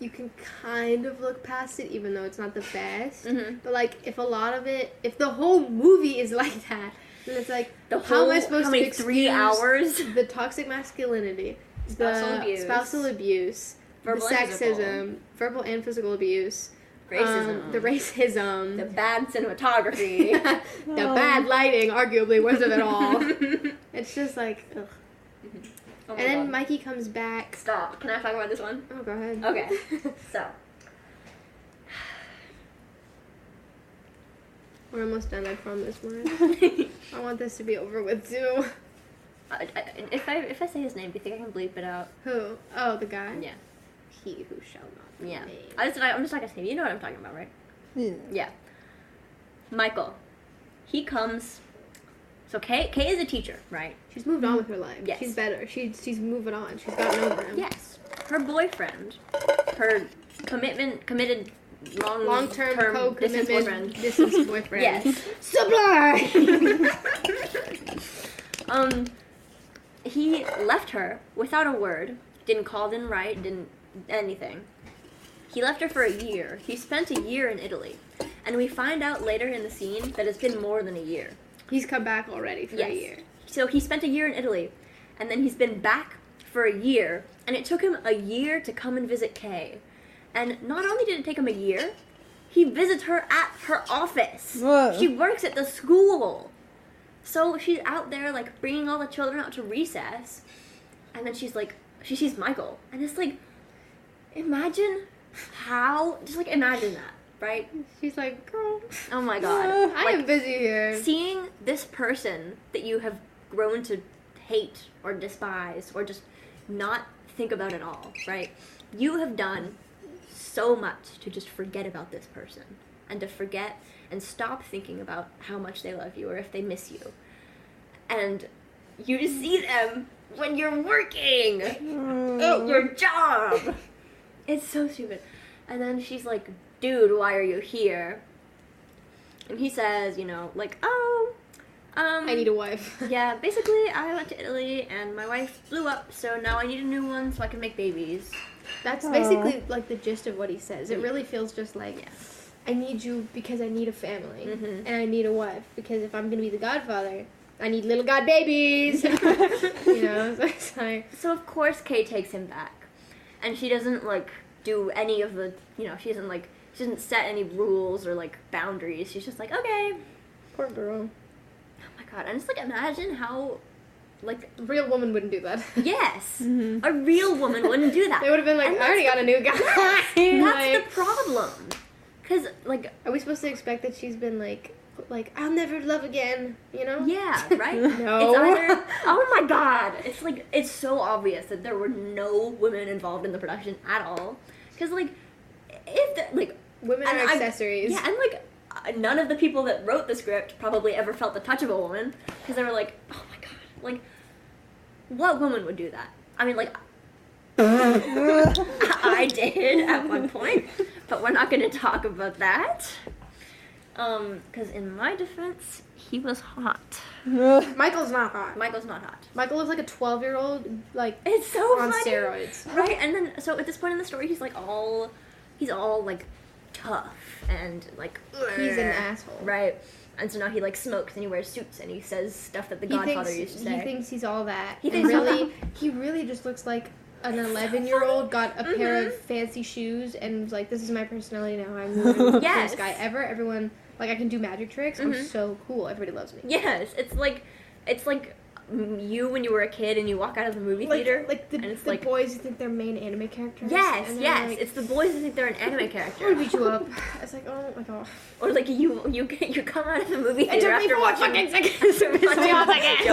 you can kind of look past it, even though it's not the best.
hmm
But like, if a lot of it, if the whole movie is like that, then it's like,
The whole,
how am I supposed
how
to
many three
excuse- um,
hours?
the toxic masculinity,
Spousal
the
abuse.
spousal abuse,
Verbal
the
and
sexism,
physical.
verbal and physical abuse,
Racism.
um, the racism,
the bad cinematography.
the bad lighting, arguably worst of it all. it's just like, ugh.
Oh my
and then
God.
Mikey comes back.
Stop. Can I talk about this one?
Oh, go ahead.
Okay. so,
We're almost done. I promise. We're,
I,
I want this to be over with too.
I- if I if I say his name, do you think I can bleep it out?
Who? Oh, the guy.
Yeah.
He who shall not be
Yeah.
named.
I just, I'm just not gonna say. You know what I'm talking about, right?
Yeah.
Yeah. Michael, he comes. So Kay, Kay is a teacher, right?
She's moved on with her life.
Yes.
She's better. She, she's moving on. She's gotten over him.
Yes. Her boyfriend, her commitment, committed long
Long term
term
co
distance boyfriend.
commitment distance boyfriend.
Yes.
Sublime!
um, he left her without a word. Didn't call. Didn't write. Didn't anything. He left her for a year. He spent a year in Italy, and we find out later in the scene that it's been more than a year.
He's come back already for
Yes.
a year.
So he spent a year in Italy, and then he's been back for a year, and it took him a year to come and visit Kay. And not only did it take him a year, he visits her at her office.
Whoa.
She works at the school. So she's out there, like, bringing all the children out to recess, and then she's like, she sees Michael, and it's like, imagine how, just like, imagine that, right?
She's like, girl,
Oh my god.
I am busy here.
seeing this person that you have grown to hate or despise or just not think about at all, right? You have done so much to just forget about this person and to forget and stop thinking about how much they love you or if they miss you. And you just see them when you're working
Oh,
at your job. Mm-hmm. It's so stupid. And then she's like, dude, why are you here? And he says, you know, like, oh, um,
I need a wife.
yeah, basically, I went to Italy and my wife blew up, so now I need a new one so I can make babies.
That's
Aw.
basically like the gist of what he says. It
Mm.
really feels just like, I need you because I need a family
Mhm.
and I need a wife because if I'm gonna be the godfather, I need little god babies. you know, so it's like,
So of course Kay takes him back, and she doesn't like do any of the, you know, she doesn't like she doesn't set any rules or like boundaries. She's just like, okay,
poor girl.
oh my god, and it's like imagine how, like,
A real woman wouldn't do that.
yes, a real woman wouldn't do that.
Mm-hmm. They would have been like,
And
I already got a new guy.
That's
Like,
the problem, because like
are we supposed to expect that she's been like, like I'll never love again? You know?
yeah, right? It's
No.
either, oh my god, it's like it's so obvious that there were no women involved in the production at all, because like if the, like
Women
And
are
I'm-
accessories.
yeah, and like uh, none of the people that wrote the script probably ever felt the touch of a woman because they were like, oh my god, like what woman would do that? I mean, like I did at one point, but we're not going to talk about that. Um, because in my defense, he was hot.
Michael's not hot.
Michael's not hot.
Michael looks like a twelve-year-old, like
It's so
on
funny.
steroids.
Right, and then so at this point in the story, he's like all, he's all like tough and like
He's an
"Ugh."
asshole.
right? And so now he like smokes and he wears suits and he says stuff that the
He
Godfather
thinks,
used to
he
say.
thinks he's all that.
He
He
thinks he's all
really, he really just looks like an eleven-year-old got a pair
Mm-hmm.
of fancy shoes and was like, "This is my personality now. I'm the
Yes.
coolest guy ever. Everyone like I can do magic tricks. I'm
Mhm.
so cool. Everybody loves me."
yes, it's like, it's like mm, you when you were a kid and you walk out of the movie
like,
theater.
like the,
and it's
the
like-
boys who think they're main anime characters.
yes,
and they're
yes,
Like,
it's the boys who think they're an anime
I'm gonna
character,
beat you up. It's like, oh my god.
or like you you get- you come out of the movie
It
theater
took me
after
four
watching,
fucking seconds.
after watching
Stop.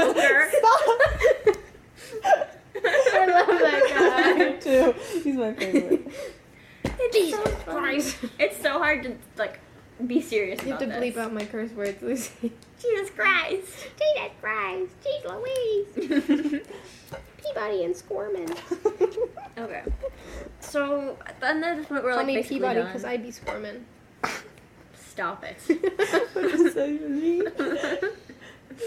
Joker.
I love that guy.
Me too. He's my favorite.
It's so funny. It's so hard to like be serious.
You have to
about this. Oh,
bleep out my curse words, Lucy.
Jesus Christ. Jesus Christ. Jeez Louise.
Peabody and Scorman.
okay. So, and then this point we're
Call
like
me
basically
Peabody
done.
because I be Scorman.
Stop it.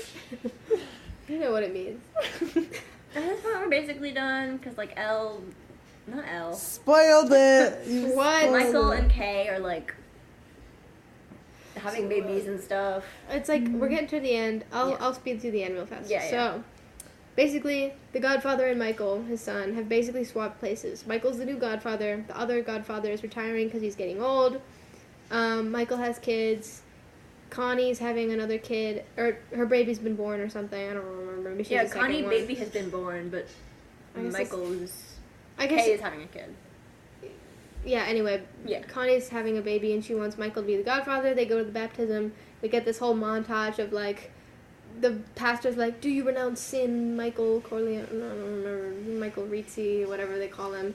You know what it means.
At this point, we're basically done because like L, not L.
Spoiled it. You
What?
spoiled
Michael
it.
and Kay are like having babies and stuff.
It's like we're getting to the end. I'll
Yeah.
I'll speed through the end real fast.
Yeah, yeah.
So basically the Godfather and Michael, his son, have basically swapped places. Michael's the new Godfather. The other Godfather is retiring because he's getting old. Um, Michael has kids. Connie's having another kid, or her baby's been born or something. I don't remember. Maybe she
yeah,
was the second
Connie
one.
baby has been born, but
I guess
Michael's
I guess.
Kay is having a kid.
yeah. Anyway,
Yeah.
Connie's having a baby and she wants Michael to be the godfather. They go to the baptism. We get this whole montage of like the pastor's like, "Do you renounce sin, Michael Corleone, I don't remember, Michael Rizzi, whatever they call him?"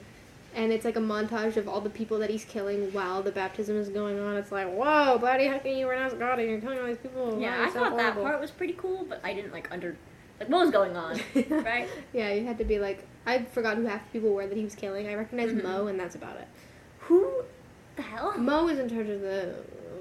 And it's like a montage of all the people that he's killing while the baptism is going on. It's like, "Whoa, buddy, how can you renounce God and you're killing all these people?"
yeah,
Wow,
I
it's so
thought that
horrible."
part was pretty cool, but I didn't like under like what was going on, right?
Yeah, you had to be like, I forgot who half the people were that he was killing. I recognize
Mhm.
Mo, and that's about it.
Who the hell?
Mo is in charge of the.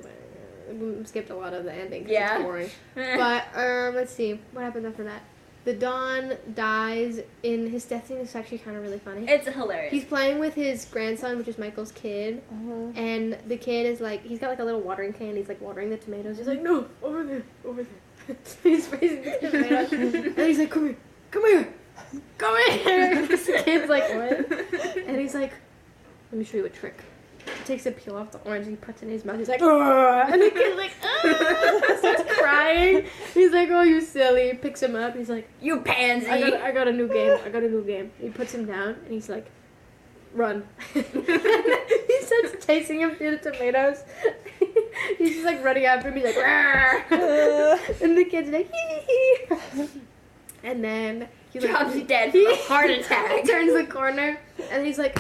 oh We skipped a lot of the ending. 'cause
Yeah.
It's boring. but um, let's see what happens after that. The Don dies in his death scene is actually kind of really funny.
it's hilarious.
He's playing with his grandson, which is Michael's kid,
Uh-huh.
and the kid is like, he's got like a little watering can. He's like watering the tomatoes. He's like, no, over there, over there. he's raising the tomatoes, and he's like, come here, come here, come here. the kid's like, what? And he's like, let me show you a trick. He takes a peel off the orange and he puts it in his mouth. He's like, "Ugh," and the kid's like, "Ugh," starts crying. He's like, oh, you silly. Picks him up. He's like,
you pansy.
I got, I got a new game. I got a new game. He puts him down and he's like, run. he starts chasing him through the tomatoes. he's just like running after him. He's like, "Rah." and the kid's like, hee hee hee. And then he like,
Job's dead from a heart attack.
turns the corner and he's like,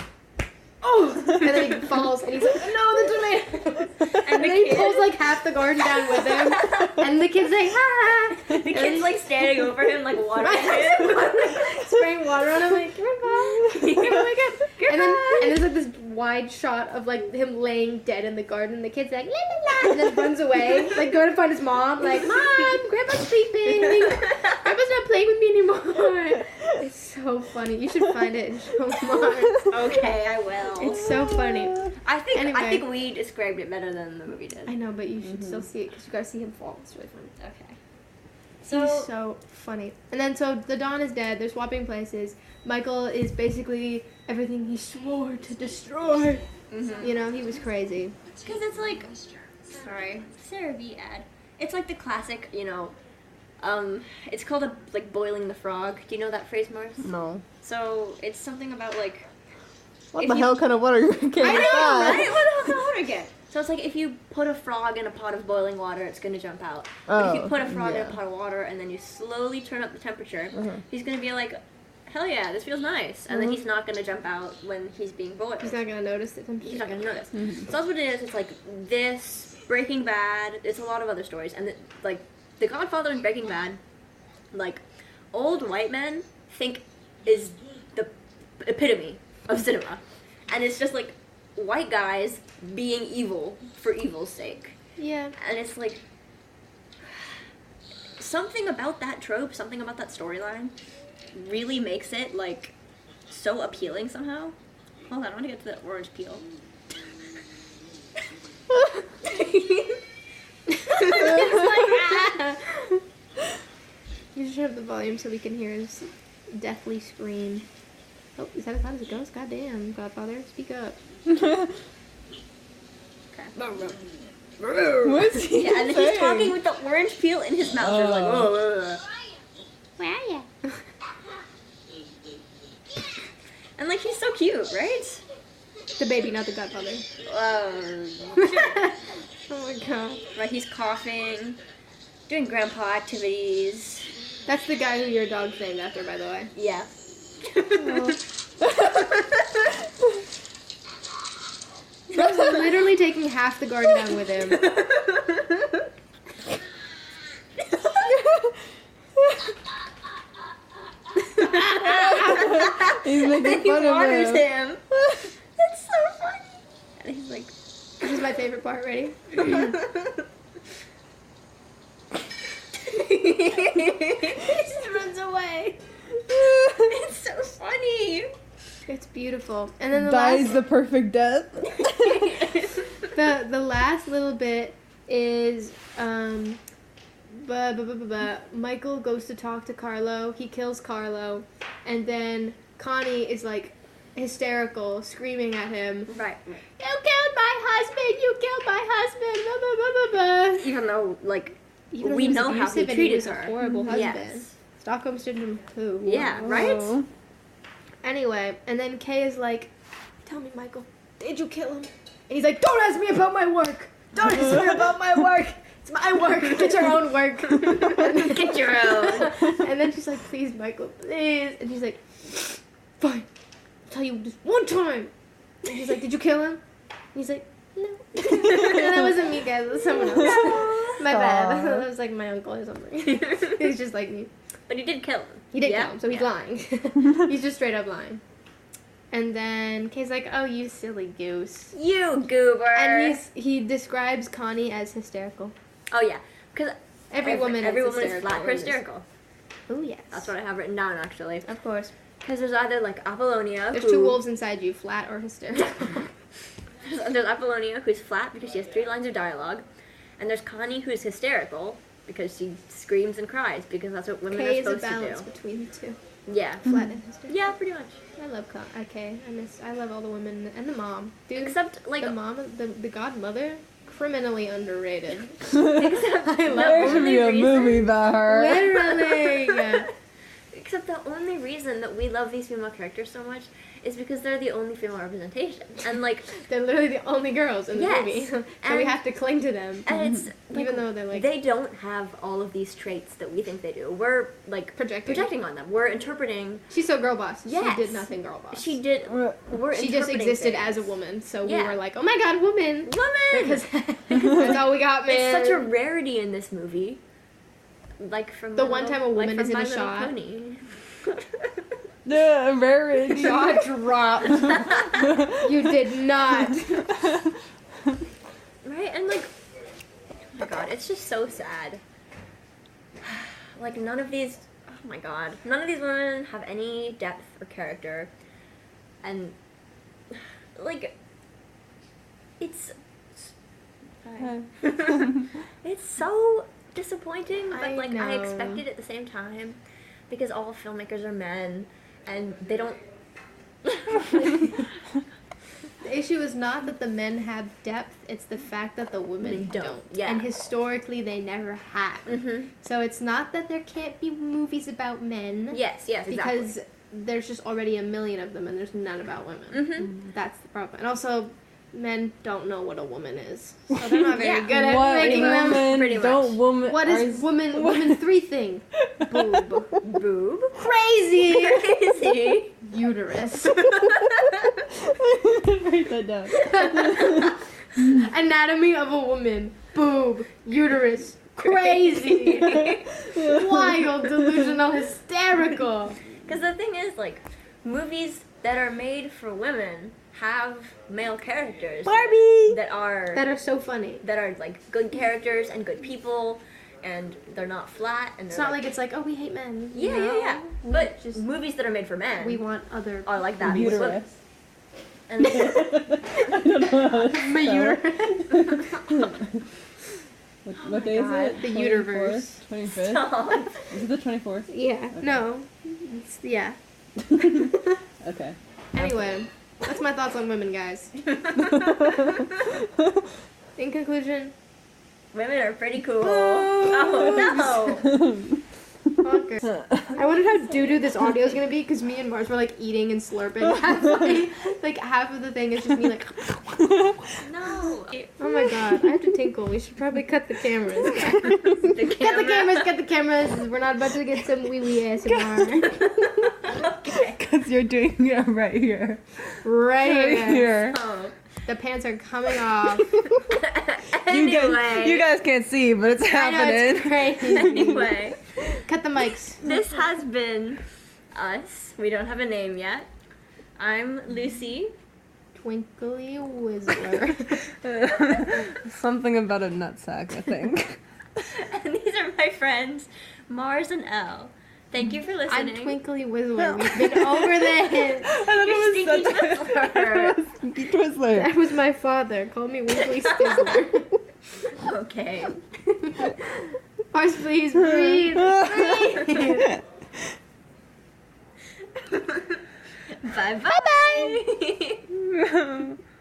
oh! And then he falls and he's like, no, the tomato.
and
And
the
then he
kid-
pulls like half the garden down with him. And the kid's like, ha!
the kid's like standing over him, like watering him.
spraying water on him, like, goodbye. oh my god. And then and there's like this wide shot of like him laying dead in the garden. The kid's like, la la la, and then runs away, like going to find his mom, like, Mom, Grandpa's sleeping. Grandpa's not playing with me anymore. It's so funny. You should find it and show Mars.
okay, I will.
It's so funny.
I think I
Anyway.
think we described it better than the movie did.
I know, but you should still see it because you gotta see him fall. It's really funny.
Okay.
He's
So
so funny. And then so the Don is dead. They're swapping places. Michael is basically everything he swore to destroy.
Mm-hmm.
You know, he was crazy.
because it's like sorry, Sarah V ad. It's like the classic, you know. Um, it's called a like boiling the frog. Do you know that phrase, Mars?
No.
So it's something about like
What
If
the
you-
hell kind of water can
I know,
that?
right? What else I get? So it's like if you put a frog in a pot of boiling water, it's gonna jump out. but if you
Oh,
put a frog in
yeah.
a pot of water and then you slowly turn up the temperature, he's gonna be like, "Hell yeah, this feels nice," and then he's not gonna jump out when Mm-hmm. he's being boiled.
He's not gonna notice the
He's
temperature.
not gonna notice. So that's what it is. It's like this Breaking Bad. It's a lot of other stories, and it, like The Godfather and Breaking Bad, like old white men think is the epitome of cinema, and it's just like white guys being evil for evil's sake,
Yeah.
and it's like something about that trope, something about that storyline, really makes it like so appealing somehow. Hold on, I want to get to the orange peel.
You should have the volume so we can hear his deathly scream. Oh, is that as loud as it goes? Goddamn, Godfather, speak up.
What's he
Yeah, and then he's talking with the orange peel in his mouth. They're like, oh.
Where are you?
And like he's so cute, right?
The baby, not the Godfather.
Uh,
Oh my god.
right, he's coughing, doing grandpa activities.
That's the guy who your dog's named after, by the way.
Yeah.
He's literally taking half the garden down with him.
He's making
he
fun of
waters
him.
him. That's so funny. And he's like,
He's my favorite part. Ready? just runs away.
It's so funny.
It's beautiful. And then the
Dies
last,
the perfect death.
the the last little bit is um, buh, buh, buh, buh, buh. Michael goes to talk to Carlo. He kills Carlo, and then Connie is like hysterical, screaming at him.
Right.
You killed my husband! You killed my husband! Blah, blah, blah, blah, blah.
Even though, like,
Even though
We
he was
know how he
abusive and
treated
was a
her.
horrible husband.
yes.
Stockholm syndrome. Who?
Yeah,
Oh.
right?
Oh.
Anyway, and then Kay is like, "Tell me, Michael, did you kill him?" And he's like, "Don't ask me about my work. Don't ask me about my work. It's my work. It's your own work.
Get your own.
and then she's like, please, Michael, please. And he's like, fine. I'll tell you this one time. And he's like, did you kill him? And he's like, no. that wasn't me, guys. It was someone else. my bad.
Aw.
that was like my uncle or something. he's just like me.
But he did kill him.
He did
Yeah,
kill him, so he's
yeah.
lying. he's just straight up lying. And then Kay's like, oh, you silly goose.
You goober.
And he's, he describes Connie as hysterical.
oh, yeah. Because
Every, woman
every
is
woman is
hysterical.
flat for hysterical.
Oh, yes.
That's what I have written down, actually.
Of course.
Because there's either, like, Apollonia.
There's
who-
two wolves inside you, flat or hysterical.
There's, there's Apollonia, who's flat because she has three lines of dialogue. And there's Connie, who's hysterical because she screams and cries because that's what women
K
are
is a
supposed to
balance between the two.
do. Yeah.
Flat and hysterical.
Yeah, pretty much.
I love Con- uh, K. I miss. I love all the women and the mom. Dude,
Except, like,
the mom, the, the godmother, criminally underrated.
except I
There should be a movie about her.
Literally.
Except the only reason that we love these female characters so much is because they're the only female representation. And like
They're literally the only girls in the
Yes,
movie, so we
and-
have to cling to them,
and it's like,
even though they're like
they don't have all of these traits that we think they do. We're like
projecting.
projecting on them. We're interpreting
She's so girl boss.
Yes.
She did nothing girl boss.
she did we're
She just
interpreting
existed as
things.
a woman, so
Yeah.
we were like, oh my god, woman.
woman
Because that's all we got,
It's
man.
such a rarity in this movie. Like from
The
My
one
Little-
time a woman
like from
is in
My
a
Little
shot.
Pony.
Yeah, very.
jaw dropped. you did not.
Right? And like, oh my god, it's just so sad. Like, none of these, oh my god, none of these women have any depth or character. And, like, it's. it's so disappointing, but
I
like, I
know.
expected at the same time because all filmmakers are men and they don't.
The issue is not that the men have depth, it's the fact that the women
They
don't.
don't, yeah.
And historically, they never have.
Mhm.
So it's not that there can't be movies about men.
Yes, yes, exactly.
Because there's just already a million of them and there's none about women.
Mhm.
That's the problem. And also, men don't know what a woman is. So they're not very
Yeah.
good at
What
making them.
pretty
woman? Don't
much.
woman.
What is
are-
woman, woman three thing? Boob.
Boob.
Crazy!
Crazy.
Uterus.
Write that down.
Anatomy of a woman. Boob. Uterus. Crazy. Wild, delusional, hysterical.
Because the thing is, like, movies that are made for women have male characters.
Barbie.
That are
That are so funny.
that are like good characters and good people, and they're not flat. And
It's
they're,
not like it's like, oh, we hate men. you
yeah,
know?
yeah, yeah.
We
But
just
movies that are made for men
we want other.
are like that. with women.
Uterus.
And
I don't know. How to
My
spell it.
uterus.
What, what day is
God,
it?
the universe.
Twenty fifth.
so,
Is it the twenty fourth?
Yeah. No. It's, yeah.
Okay.
Anyway, that's my thoughts on women, guys. In conclusion,
women are pretty cool. Oh no!
Bonkers. I wondered how doo doo this audio is gonna be because me and Mars were like eating and slurping. Half, like, like half of the thing is just me like,
No!
oh my god, I have to tinkle. We should probably cut the cameras.
The
Cut the
camera.
cameras, cut the cameras. We're not about to get some wee wee ASMR.
Because you're doing it right here.
right
Right
here.
here.
Oh.
The pants are coming off.
You
anyway,
guys, you guys can't see, but it's
I know it's
happening.
crazy.
anyway.
cut the mics.
This has been us. We don't have a name yet. I'm Lucy.
twinkly whistler.
Something about a nutsack, I think.
and these are my friends, Mars and Elle. Thank you for
I'm
listening.
twinkly whistler. We've been over this.
I thought
You're
it was
stinky Twizzler.
such a- Stinky Twizzler.
That was my father. Call me Winkly Stizzler.
okay.
Mars, please breathe.
Bye
Bye bye.
bye.